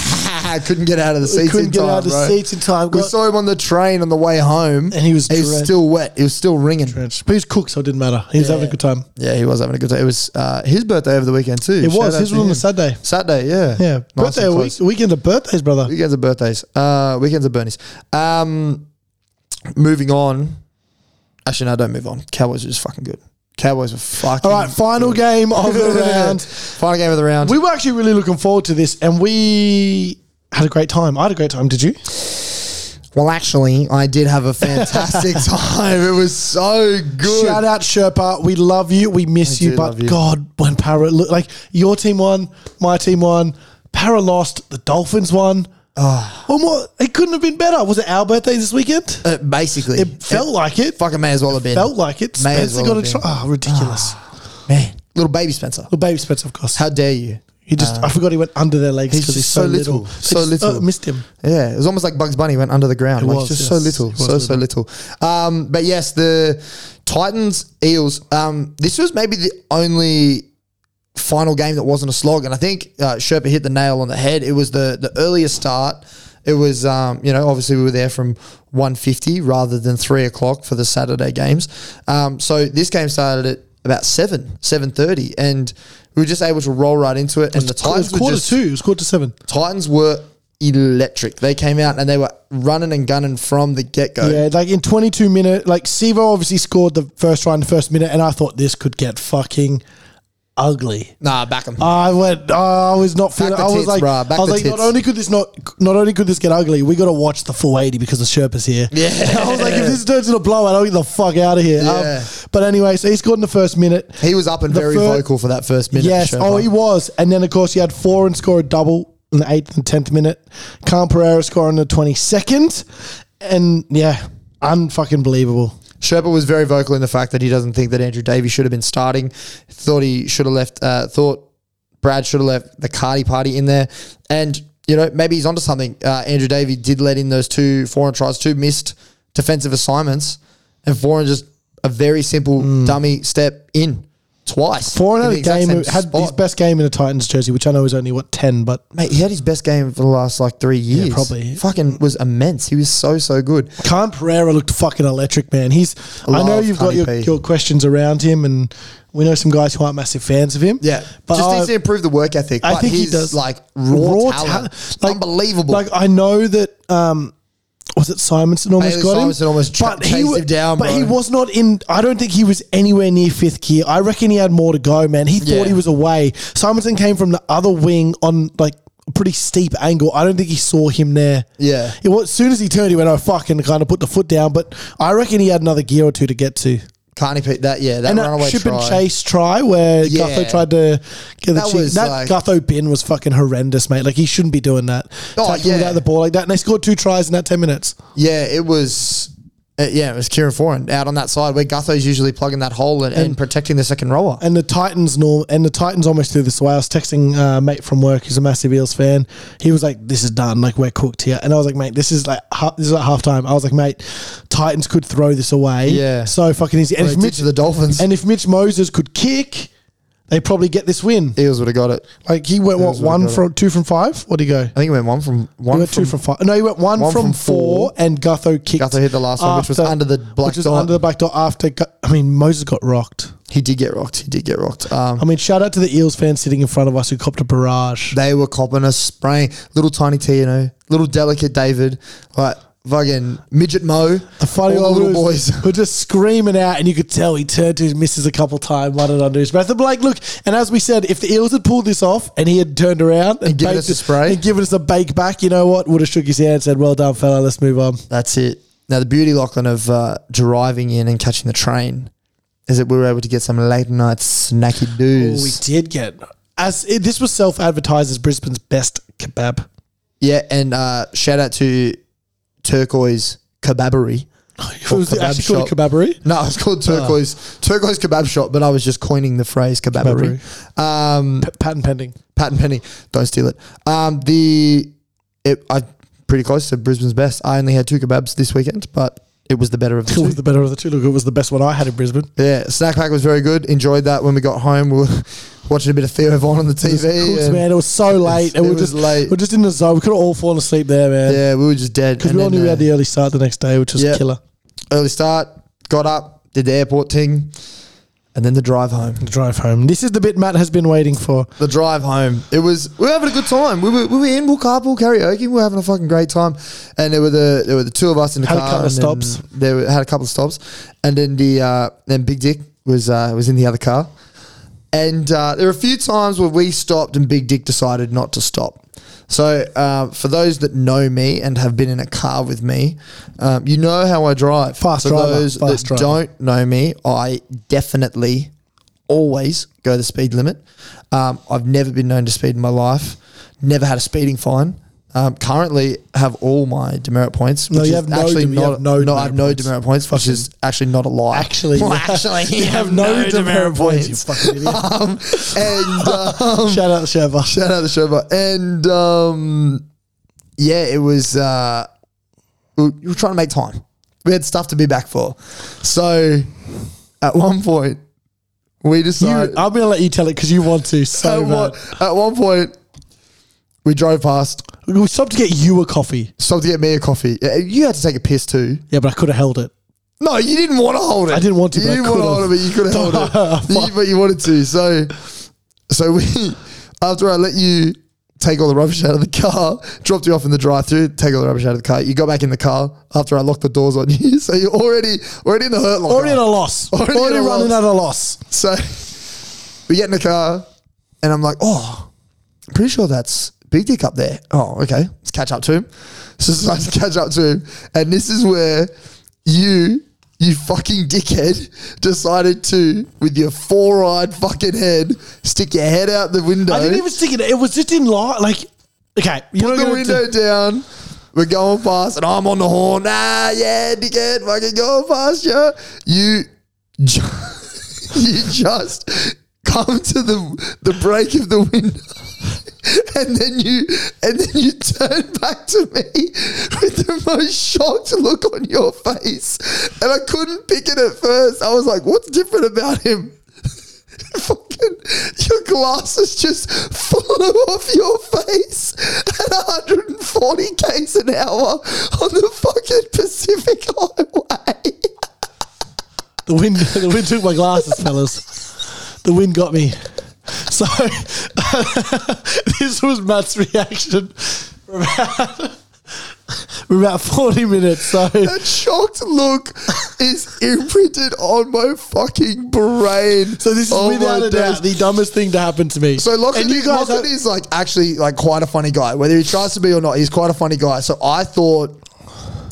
[SPEAKER 1] couldn't get out of the seats.
[SPEAKER 2] couldn't
[SPEAKER 1] in
[SPEAKER 2] get
[SPEAKER 1] time,
[SPEAKER 2] out of the
[SPEAKER 1] bro.
[SPEAKER 2] seats in time.
[SPEAKER 1] We
[SPEAKER 2] Got-
[SPEAKER 1] saw him on the train on the way home,
[SPEAKER 2] And he was
[SPEAKER 1] he was
[SPEAKER 2] drenched.
[SPEAKER 1] still wet. He was still ringing.
[SPEAKER 2] drenched. But he was cooked, so it didn't matter. He was having a good time.
[SPEAKER 1] Yeah, he was having a good time. It was uh, his birthday over the weekend too.
[SPEAKER 2] It
[SPEAKER 1] Shout
[SPEAKER 2] was.
[SPEAKER 1] out
[SPEAKER 2] His
[SPEAKER 1] to
[SPEAKER 2] was on
[SPEAKER 1] him.
[SPEAKER 2] the Saturday.
[SPEAKER 1] Saturday, yeah,
[SPEAKER 2] Yeah.
[SPEAKER 1] Nice
[SPEAKER 2] Birthday
[SPEAKER 1] and
[SPEAKER 2] week,
[SPEAKER 1] close.
[SPEAKER 2] weekend of birthdays, brother.
[SPEAKER 1] Weekends are birthdays. Uh, weekends are Bernie's. Um, moving on. Actually, no, don't move on. Cowboys are just fucking good. Cowboys are fucking.
[SPEAKER 2] All right, final game of the round.
[SPEAKER 1] Final game of the round.
[SPEAKER 2] We were actually really looking forward to this, and we had a great time. I had a great time. Did you?
[SPEAKER 1] well, actually, I did have a fantastic time. It was so good.
[SPEAKER 2] Shout out Sherpa. We love you. We miss
[SPEAKER 1] We
[SPEAKER 2] you.
[SPEAKER 1] do
[SPEAKER 2] But
[SPEAKER 1] love you.
[SPEAKER 2] God, when Para look like your team won, my team won. Para lost. The Dolphins won. One more. It couldn't have been better. Was it our birthday this weekend?
[SPEAKER 1] Ah. Uh, basically,
[SPEAKER 2] It felt like it.
[SPEAKER 1] Fucking may as well have been.
[SPEAKER 2] Felt like it.
[SPEAKER 1] May as
[SPEAKER 2] Spencer
[SPEAKER 1] well
[SPEAKER 2] got
[SPEAKER 1] have
[SPEAKER 2] a try.
[SPEAKER 1] been. Ah.
[SPEAKER 2] Oh, ridiculous.
[SPEAKER 1] man, little baby Spencer.
[SPEAKER 2] Well, baby Spencer, of course.
[SPEAKER 1] How dare you?
[SPEAKER 2] He just. I forgot he went under their legs
[SPEAKER 1] uh, He's
[SPEAKER 2] because he's,
[SPEAKER 1] just
[SPEAKER 2] so,
[SPEAKER 1] so
[SPEAKER 2] little.
[SPEAKER 1] little,
[SPEAKER 2] They
[SPEAKER 1] so little.
[SPEAKER 2] Oh, missed him.
[SPEAKER 1] Yeah, it was almost like Bugs Bunny went under the ground.
[SPEAKER 2] It
[SPEAKER 1] like
[SPEAKER 2] was,
[SPEAKER 1] just so
[SPEAKER 2] yes.
[SPEAKER 1] little,
[SPEAKER 2] It was
[SPEAKER 1] so so little. Um, but yes, the Titans Eels. Um, this was maybe the only final game that wasn't a slog, and I think uh, Sherpa hit the nail on the head. It was the the earlier start. It was um, you know obviously we were there from 1.50 rather than three o'clock for the Saturday games. Um, so this game started at about seven seven thirty, and we were just able to roll right into it. And the
[SPEAKER 2] It was
[SPEAKER 1] Titans were
[SPEAKER 2] quarter
[SPEAKER 1] just
[SPEAKER 2] two. It was quarter to seven.
[SPEAKER 1] Titans were electric. They came out and they were running and gunning from the get go.
[SPEAKER 2] Yeah, like in 22 minute, like Sivo obviously scored the first run, first minute, and I thought this could get fucking ugly.
[SPEAKER 1] Nah, back them.
[SPEAKER 2] I went. oh, I was not feeling.
[SPEAKER 1] the
[SPEAKER 2] I was
[SPEAKER 1] tits,
[SPEAKER 2] like,
[SPEAKER 1] bruh, back
[SPEAKER 2] I was
[SPEAKER 1] the
[SPEAKER 2] like,
[SPEAKER 1] tits.
[SPEAKER 2] not only could this not, not only could this get ugly, we got to watch the full 80 because the Sherpa's here.
[SPEAKER 1] Yeah.
[SPEAKER 2] I was like, if this turns into a blowout, I'll get the fuck out of here. Um,
[SPEAKER 1] Yeah.
[SPEAKER 2] but anyway, so he scored in the first minute.
[SPEAKER 1] he was up and
[SPEAKER 2] The
[SPEAKER 1] very
[SPEAKER 2] fir-
[SPEAKER 1] vocal for that first minute.
[SPEAKER 2] Yes.
[SPEAKER 1] Sherpa.
[SPEAKER 2] Oh, he was. And then, of course, he had four and score a double in the eighth and tenth minute. Carl Pereira score in the 22nd. And yeah, unfucking believable.
[SPEAKER 1] Sherpa was very vocal in the fact that he doesn't think that Andrew Davies should have been starting. Thought he should have left. Uh, thought Brad should have left the Cardi party in there. And you know maybe he's onto something. Uh, Andrew Davies did let in those two foreign tries, two missed defensive assignments, and foreign just a very simple dummy step in twice.
[SPEAKER 2] Four and
[SPEAKER 1] in
[SPEAKER 2] Mm. had
[SPEAKER 1] the
[SPEAKER 2] a game,
[SPEAKER 1] exact same
[SPEAKER 2] had his
[SPEAKER 1] spot.
[SPEAKER 2] best game in a Titans jersey, which I know is only, what, 10, but
[SPEAKER 1] Mate, he had his best game for the last like three years.
[SPEAKER 2] probably.
[SPEAKER 1] Fucking was immense. He was so so good.
[SPEAKER 2] Khan Pereira looked fucking electric, man. He's. I know
[SPEAKER 1] Love
[SPEAKER 2] you've got
[SPEAKER 1] Connie
[SPEAKER 2] your,
[SPEAKER 1] P.
[SPEAKER 2] your questions around him, and we know some guys who aren't massive fans of him. But
[SPEAKER 1] but just
[SPEAKER 2] I-
[SPEAKER 1] needs to improve the work ethic.
[SPEAKER 2] I
[SPEAKER 1] but
[SPEAKER 2] think
[SPEAKER 1] he's
[SPEAKER 2] he does.
[SPEAKER 1] like raw, talent,
[SPEAKER 2] ta- like-
[SPEAKER 1] unbelievable.
[SPEAKER 2] Like I know that um, was it Simonson almost
[SPEAKER 1] Bailey
[SPEAKER 2] got
[SPEAKER 1] Simonson
[SPEAKER 2] him,
[SPEAKER 1] almost ch- chased
[SPEAKER 2] wa-
[SPEAKER 1] him down,
[SPEAKER 2] But
[SPEAKER 1] bro.
[SPEAKER 2] he was not in. I don't think he was anywhere near fifth gear. I reckon he had more to go, man. He
[SPEAKER 1] Yeah.
[SPEAKER 2] thought he was away. Simonson came from the other wing on like a pretty steep angle. I don't think he saw him there.
[SPEAKER 1] Yeah.
[SPEAKER 2] It was, as soon as he turned, he went, oh, fuck, and kind of put the foot down. But I reckon he had another gear or two to get to.
[SPEAKER 1] Can't he pick that? Yeah, that
[SPEAKER 2] and
[SPEAKER 1] runaway
[SPEAKER 2] that chip
[SPEAKER 1] try.
[SPEAKER 2] and chase try where
[SPEAKER 1] Yeah.
[SPEAKER 2] Gutho tried to get the
[SPEAKER 1] That
[SPEAKER 2] cheek.
[SPEAKER 1] was
[SPEAKER 2] That
[SPEAKER 1] like-
[SPEAKER 2] Gutho bin was fucking horrendous, mate. Like, he shouldn't be doing that.
[SPEAKER 1] Oh,
[SPEAKER 2] Tackling
[SPEAKER 1] yeah.
[SPEAKER 2] without the ball like that. And they scored two tries in that 10 minutes.
[SPEAKER 1] Yeah, it was. Uh, yeah, it was Kieran Foran out on that side where Gutho's usually plugging that hole and, and, protecting the second rower.
[SPEAKER 2] and the Titans norm and the Titans almost threw this away. I was texting uh, a mate from work who's a massive Eels fan. He was like, "This is done. Like we're cooked here." And I was like, "Mate, this is like ha- this is at halftime." I was like, "Mate, Titans could throw this away.
[SPEAKER 1] Yeah.
[SPEAKER 2] so fucking easy." And
[SPEAKER 1] They
[SPEAKER 2] if
[SPEAKER 1] did
[SPEAKER 2] Mitch
[SPEAKER 1] to the Dolphins.
[SPEAKER 2] and if Mitch Moses could kick, they probably get this win.
[SPEAKER 1] Eels would have got it.
[SPEAKER 2] Like he went what
[SPEAKER 1] Eels would've
[SPEAKER 2] one
[SPEAKER 1] got it.
[SPEAKER 2] from two from five? What did he go?
[SPEAKER 1] I think it went one from one
[SPEAKER 2] He went two from five. No, he went one,
[SPEAKER 1] one
[SPEAKER 2] from,
[SPEAKER 1] from
[SPEAKER 2] four,
[SPEAKER 1] four.
[SPEAKER 2] and Gutho kicked.
[SPEAKER 1] Gutho hit the last one, which was under the black
[SPEAKER 2] which was
[SPEAKER 1] dot.
[SPEAKER 2] under the black dot after. Gu- I mean, Moses got rocked.
[SPEAKER 1] He did get rocked. He did get rocked. Um,
[SPEAKER 2] I mean, shout out to the Eels fans sitting in front of us who copped a barrage.
[SPEAKER 1] they were copping us, spraying little tiny Tino, little delicate David, like fucking midget Mo,
[SPEAKER 2] The funny
[SPEAKER 1] all
[SPEAKER 2] old
[SPEAKER 1] the little
[SPEAKER 2] boys
[SPEAKER 1] boys.
[SPEAKER 2] were just screaming out, and you could tell he turned to his missus a couple times, wanted under his breath. But like, look, and as we said, if the Eels had pulled this off and he had turned around and,
[SPEAKER 1] And given
[SPEAKER 2] baked
[SPEAKER 1] us a
[SPEAKER 2] it-
[SPEAKER 1] spray?
[SPEAKER 2] and given us a bake back, you know what? Would have shook his hand, and said, "Well done, fella. Let's move on."
[SPEAKER 1] That's it. Now the beauty, Lachlan, of uh, driving in and catching the train is that we were able to get some late night snacky
[SPEAKER 2] Well, we
[SPEAKER 1] doos.
[SPEAKER 2] did get as it, this was self-advertised as Brisbane's best kebab.
[SPEAKER 1] yeah, and uh, shout out to Turquoise Kebabery.
[SPEAKER 2] It was
[SPEAKER 1] kebab
[SPEAKER 2] actually called a
[SPEAKER 1] shop.
[SPEAKER 2] kebabery.
[SPEAKER 1] No, it's called Turquoise Turquoise Kebab Shop, but I was just coining the phrase kebabery. Um,
[SPEAKER 2] P- patent pending.
[SPEAKER 1] patent penny, don't steal it. Um, the it, I pretty close to Brisbane's best. I only had two kebabs this weekend, but it was the better of the
[SPEAKER 2] It was
[SPEAKER 1] two.
[SPEAKER 2] the better of the two. Look, it was the best one I had in Brisbane.
[SPEAKER 1] Yeah, snack pack was very good. Enjoyed that when we got home. We were watching a bit of Theo Vaughn on the
[SPEAKER 2] It was
[SPEAKER 1] TV.
[SPEAKER 2] cooked,
[SPEAKER 1] and-
[SPEAKER 2] man. It was so late.
[SPEAKER 1] um, it
[SPEAKER 2] and we were
[SPEAKER 1] was
[SPEAKER 2] just
[SPEAKER 1] late.
[SPEAKER 2] We're just in the zone. We could have all fallen asleep there, man.
[SPEAKER 1] yeah, we were just dead.
[SPEAKER 2] Because
[SPEAKER 1] And
[SPEAKER 2] we all
[SPEAKER 1] then,
[SPEAKER 2] knew we
[SPEAKER 1] uh,
[SPEAKER 2] had the early start the next day, which was
[SPEAKER 1] yeah.
[SPEAKER 2] killer.
[SPEAKER 1] early start, got up, did the airport thing, and then the drive home.
[SPEAKER 2] The drive home. This is the bit Matt has been waiting for.
[SPEAKER 1] The drive home. It was we were having a good time. We were, we were in we were carpool karaoke. We were having a fucking great time. And there were the there were the two of us in the
[SPEAKER 2] Had a
[SPEAKER 1] car.
[SPEAKER 2] couple of
[SPEAKER 1] and then
[SPEAKER 2] stops.
[SPEAKER 1] They were, had a couple of stops, and then the uh, then Big Dick was uh, was in the other car. And uh, there were a few times where we stopped and Big Dick decided not to stop. So, uh, for those that know me and have been in a car with me, um, you know how I drive.
[SPEAKER 2] Fast
[SPEAKER 1] for
[SPEAKER 2] driver,
[SPEAKER 1] those
[SPEAKER 2] fast
[SPEAKER 1] that
[SPEAKER 2] driver.
[SPEAKER 1] don't know me, I definitely always go the speed limit. Um, I've never been known to speed in my life. Never had a speeding fine. Um, currently, have all my demerit points. Which
[SPEAKER 2] No, you
[SPEAKER 1] is
[SPEAKER 2] have no
[SPEAKER 1] actually
[SPEAKER 2] dem- you
[SPEAKER 1] not.
[SPEAKER 2] have no
[SPEAKER 1] no, I have
[SPEAKER 2] demerit
[SPEAKER 1] no
[SPEAKER 2] points.
[SPEAKER 1] demerit points, which is actually not a lie.
[SPEAKER 2] Actually,
[SPEAKER 1] well,
[SPEAKER 2] you have-
[SPEAKER 1] actually,
[SPEAKER 2] you have no demerit points, you fucking idiot.
[SPEAKER 1] um, and um,
[SPEAKER 2] Shout out to Sheva.
[SPEAKER 1] shout out to Trevor. And um, yeah, it was. Uh, we we were trying to make time. We had stuff to be back for. So at one point, we
[SPEAKER 2] You, uh,
[SPEAKER 1] decided.
[SPEAKER 2] I'm going to let you tell it because you want to
[SPEAKER 1] at,
[SPEAKER 2] so
[SPEAKER 1] one,
[SPEAKER 2] bad.
[SPEAKER 1] at one point, we drove past,
[SPEAKER 2] We stopped to get you a coffee.
[SPEAKER 1] stopped to get me a coffee. Uh, You had to take a piss too.
[SPEAKER 2] Yeah, but I could have held it.
[SPEAKER 1] No, you didn't want to hold it.
[SPEAKER 2] I didn't want to,
[SPEAKER 1] You
[SPEAKER 2] but I
[SPEAKER 1] didn't want to
[SPEAKER 2] could've.
[SPEAKER 1] hold it, but you could have held it. You- but you wanted to. So, so we, after I let you take all the rubbish out of the car, dropped you off in the drive-through, take all the rubbish out of the car. You got back in the car after I locked the doors on you. So you're already already in the hurt locker.
[SPEAKER 2] Already at a loss. Already,
[SPEAKER 1] Oh, Already at a
[SPEAKER 2] running
[SPEAKER 1] loss.
[SPEAKER 2] at a loss.
[SPEAKER 1] So we get in the car, and I'm like, oh, I'm pretty sure that's Big Dick up there. Oh, okay. Let's catch up to him. So I decide to catch up to him. And this is where you, you fucking dickhead, decided to, with your four eyed fucking head, stick your head out the window.
[SPEAKER 2] I didn't even stick it. It was just in light. Like, okay. You
[SPEAKER 1] put the window down. We're going past, and I'm on the horn. Ah, yeah, dickhead, fucking going past you. You, ju- you just come to the the break of the window, and then you and then you turn back to me with the most shocked look on your face, and I couldn't pick it at first. I was like, "What's different about him?" fucking your glasses just flew off your face at 140 k's an hour on the fucking Pacific Highway.
[SPEAKER 2] The wind, the wind took my glasses, fellas. The wind got me. So this was Matt's reaction from, We're about 40 minutes, so
[SPEAKER 1] That shocked look is imprinted on my fucking brain.
[SPEAKER 2] so this is
[SPEAKER 1] Oh
[SPEAKER 2] without
[SPEAKER 1] my
[SPEAKER 2] a doubt
[SPEAKER 1] days.
[SPEAKER 2] the dumbest thing to happen to me.
[SPEAKER 1] So Lachlan,
[SPEAKER 2] And
[SPEAKER 1] you guys Lachlan
[SPEAKER 2] have-
[SPEAKER 1] is like actually like quite a funny guy. Whether he tries to be or not, he's quite a funny guy. So I thought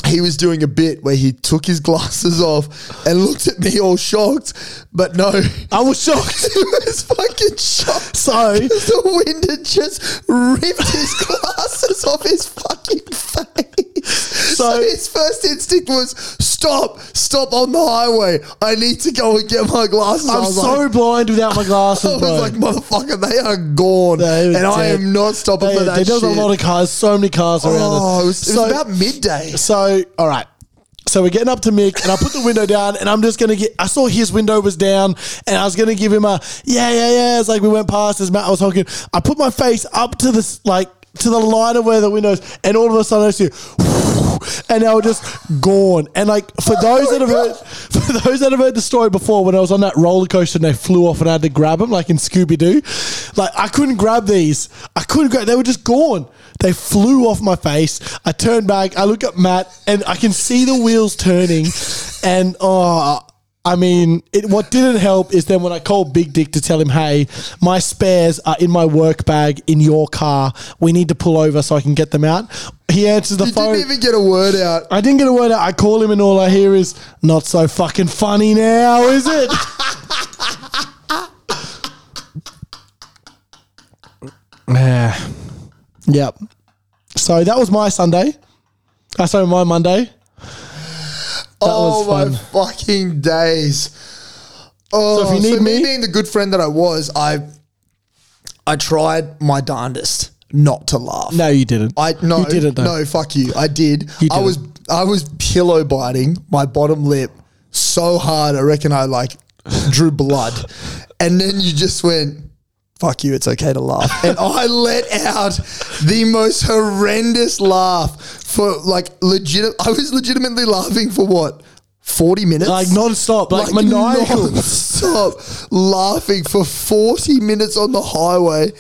[SPEAKER 1] he was doing a bit where he took his glasses off and looked at me all shocked, but no.
[SPEAKER 2] I was shocked.
[SPEAKER 1] he was fucking shocked.
[SPEAKER 2] So-
[SPEAKER 1] 'cause the wind had just ripped his glasses off his fucking face. So,
[SPEAKER 2] So-
[SPEAKER 1] his first instinct was stop, stop on the highway. I need to go and get my glasses. I
[SPEAKER 2] I'm
[SPEAKER 1] was
[SPEAKER 2] so
[SPEAKER 1] like,
[SPEAKER 2] blind without my
[SPEAKER 1] I
[SPEAKER 2] glasses,
[SPEAKER 1] was
[SPEAKER 2] bro.
[SPEAKER 1] like, motherfucker, they are gone.
[SPEAKER 2] They
[SPEAKER 1] and
[SPEAKER 2] were
[SPEAKER 1] I
[SPEAKER 2] dead.
[SPEAKER 1] am not stopping
[SPEAKER 2] They-
[SPEAKER 1] for that
[SPEAKER 2] there was
[SPEAKER 1] shit.
[SPEAKER 2] a lot of cars, so many cars around us.
[SPEAKER 1] oh, it was, it
[SPEAKER 2] So-
[SPEAKER 1] was about midday.
[SPEAKER 2] So, all right. So we're getting up to Mick, and I put the window down, and I'm just gonna get. I saw his window was down, and I was gonna give him a yeah, yeah, yeah. It's like we went past as Matt was talking. I put my face up to this like to the line of where the windows, and all of a sudden I see, and they were just gone. And like for those that have heard, for those that have heard the story before, when I was on that roller coaster and they flew off, and I had to grab them like in Scooby Doo, like I couldn't grab these. I couldn't grab. They were just gone. They flew off my face. I turned back. I look at Matt, and I can see the wheels turning. And oh, I mean, it, what didn't help is then when I called Big Dick to tell him, "Hey, my spares are in my work bag in your car. We need to pull over so I can get them out." He answers the
[SPEAKER 1] You
[SPEAKER 2] phone.
[SPEAKER 1] didn't even get a word out.
[SPEAKER 2] I didn't get a word out. I call him, and all I hear is, "Not so fucking funny now, is it?" yeah. Yep. So that was my Sunday. I sorry, my Monday. That
[SPEAKER 1] oh
[SPEAKER 2] was fun.
[SPEAKER 1] my fucking days. Oh,
[SPEAKER 2] So if you need me-
[SPEAKER 1] being the good friend that I was, I I tried my darndest not to laugh.
[SPEAKER 2] No, you didn't.
[SPEAKER 1] I no
[SPEAKER 2] You didn't. Though.
[SPEAKER 1] no fuck you. I did.
[SPEAKER 2] You
[SPEAKER 1] I was
[SPEAKER 2] didn't.
[SPEAKER 1] I was pillow biting my bottom lip so hard I reckon I like drew blood. And then you just went, fuck you, it's okay to laugh. And I let out the most horrendous laugh for like legit I was legitimately laughing for what? 40 minutes?
[SPEAKER 2] like non-stop, like, maniacal.
[SPEAKER 1] Stop laughing for 40 minutes on the highway.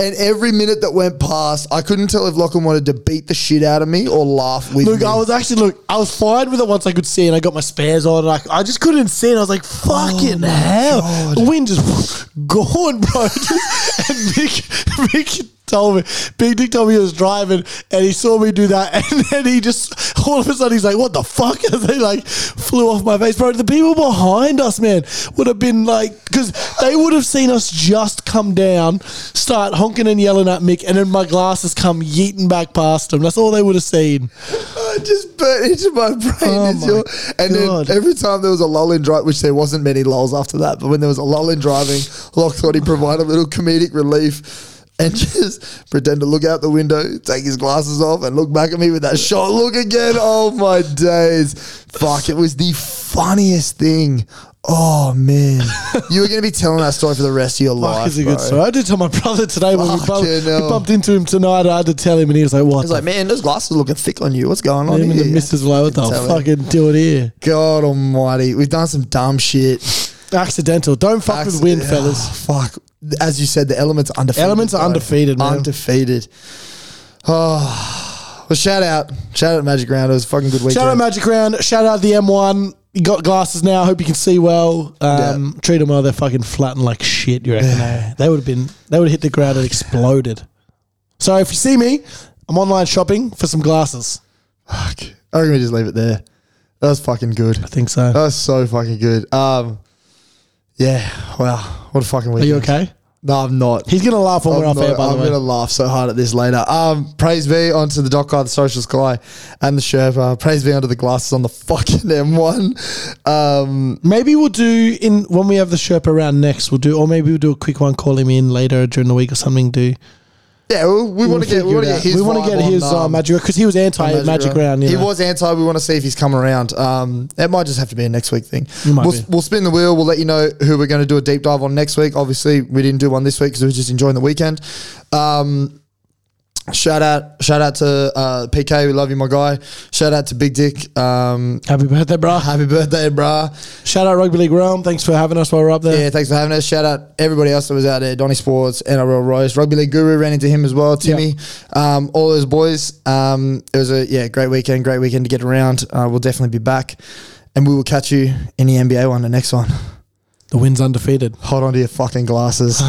[SPEAKER 1] And every minute that went past, I couldn't tell if Lachlan wanted to beat the shit out of me or laugh with
[SPEAKER 2] Look,
[SPEAKER 1] me.
[SPEAKER 2] I was actually look. I was fine with it once I could see, and I got my spares on. And I, I just couldn't see, and I was like,
[SPEAKER 1] Oh
[SPEAKER 2] "Fucking hell!" The wind just gone, bro. Just- and Mick, Mick told me, Big Dick told me he was driving, and he saw me do that, and then he just all of a sudden he's like, "What the fuck?" And they like flew off my face, bro. The people behind us, man, would have been like, because they would have seen us just come down, start honking and yelling at Mick, and then my glasses come yeeting back past them. That's all they would have seen.
[SPEAKER 1] I just burnt into my brain.
[SPEAKER 2] Oh
[SPEAKER 1] it's
[SPEAKER 2] my
[SPEAKER 1] your- and
[SPEAKER 2] God.
[SPEAKER 1] then every time there was a lull in drive, which there wasn't many lulls after that, but when there was a lull in driving, Locke thought he provided a little comedic relief and just pretend to look out the window, take his glasses off, and look back at me with that shot look again. Oh my days. Fuck, it was the funniest thing. Oh man. you were going to be telling that story for the rest of your
[SPEAKER 2] Fuck
[SPEAKER 1] life.
[SPEAKER 2] is a good
[SPEAKER 1] bro.
[SPEAKER 2] story. I did tell my brother today when we
[SPEAKER 1] Fucking
[SPEAKER 2] bumped,
[SPEAKER 1] hell.
[SPEAKER 2] we bumped into him tonight. I had to tell him, and he was like, "What?"
[SPEAKER 1] It's like, man, those glasses are looking thick on you. What's going on
[SPEAKER 2] him and the
[SPEAKER 1] here?
[SPEAKER 2] missus were like, "What the
[SPEAKER 1] Tell him.
[SPEAKER 2] fucking do it here?"
[SPEAKER 1] God almighty. We've done some dumb shit.
[SPEAKER 2] Accidental. Don't fuck with wind,
[SPEAKER 1] Accident-
[SPEAKER 2] fellas.
[SPEAKER 1] Oh, fuck. As you said, the elements are undefeated.
[SPEAKER 2] Elements are
[SPEAKER 1] bro.
[SPEAKER 2] undefeated, man.
[SPEAKER 1] Undefeated. Oh. Well, shout out. Shout out Magic Round. It was a fucking good weekend.
[SPEAKER 2] Shout out Magic Round. Shout out the M1. You got glasses now. Hope you can see well. Um, Treat them well. They're fucking flattened like shit. You reckon? eh? They would have been. They would have hit the ground and exploded. So if you see me, I'm online shopping for some glasses.
[SPEAKER 1] Fuck. I reckon we just leave it there. That was fucking good.
[SPEAKER 2] I think so.
[SPEAKER 1] That was so fucking good. Um, yeah. Wow. What a fucking
[SPEAKER 2] Are
[SPEAKER 1] weekend.
[SPEAKER 2] you okay?
[SPEAKER 1] No, I'm not.
[SPEAKER 2] He's gonna laugh when we're
[SPEAKER 1] I'm,
[SPEAKER 2] off air.
[SPEAKER 1] not,
[SPEAKER 2] By the
[SPEAKER 1] I'm
[SPEAKER 2] way,
[SPEAKER 1] gonna laugh so hard at this later. Um, praise be onto the doc guy, the social sky, and the Sherpa. Praise be onto the glasses on the fucking M1. Um,
[SPEAKER 2] Maybe we'll do in when we have the Sherpa round next. We'll do, or maybe we'll do a quick one. Call him in later during the week or something. Do
[SPEAKER 1] yeah, we, we want to get we want to get his
[SPEAKER 2] we want
[SPEAKER 1] vibe
[SPEAKER 2] to get
[SPEAKER 1] on,
[SPEAKER 2] his uh,
[SPEAKER 1] um,
[SPEAKER 2] magic because he was anti
[SPEAKER 1] on
[SPEAKER 2] magic, round. yeah.
[SPEAKER 1] He was anti. We want to see if he's come around. Um, it might just have to be a next week thing.
[SPEAKER 2] might
[SPEAKER 1] We'll,
[SPEAKER 2] be.
[SPEAKER 1] we'll spin the wheel. We'll let you know who we're going to do a deep dive on next week. Obviously, we didn't do one this week because we were just enjoying the weekend. Um, Shout out, shout out to uh, PK. We love you, my guy. Shout out to Big Dick. Um,
[SPEAKER 2] Happy birthday, bro.
[SPEAKER 1] happy birthday, brah.
[SPEAKER 2] Shout out Rugby League Realm. Thanks for having us while we're up there.
[SPEAKER 1] Yeah, thanks for having us. Shout out everybody else that was out there. Donny Sports, NRL Rose, Rugby League Guru ran into him as well. Timmy, um, all those boys. Um, it was a yeah great weekend. Great weekend to get around. Uh, we'll definitely be back, and we will catch you in the NBA one, the next one.
[SPEAKER 2] The win's undefeated.
[SPEAKER 1] Hold on to your fucking glasses.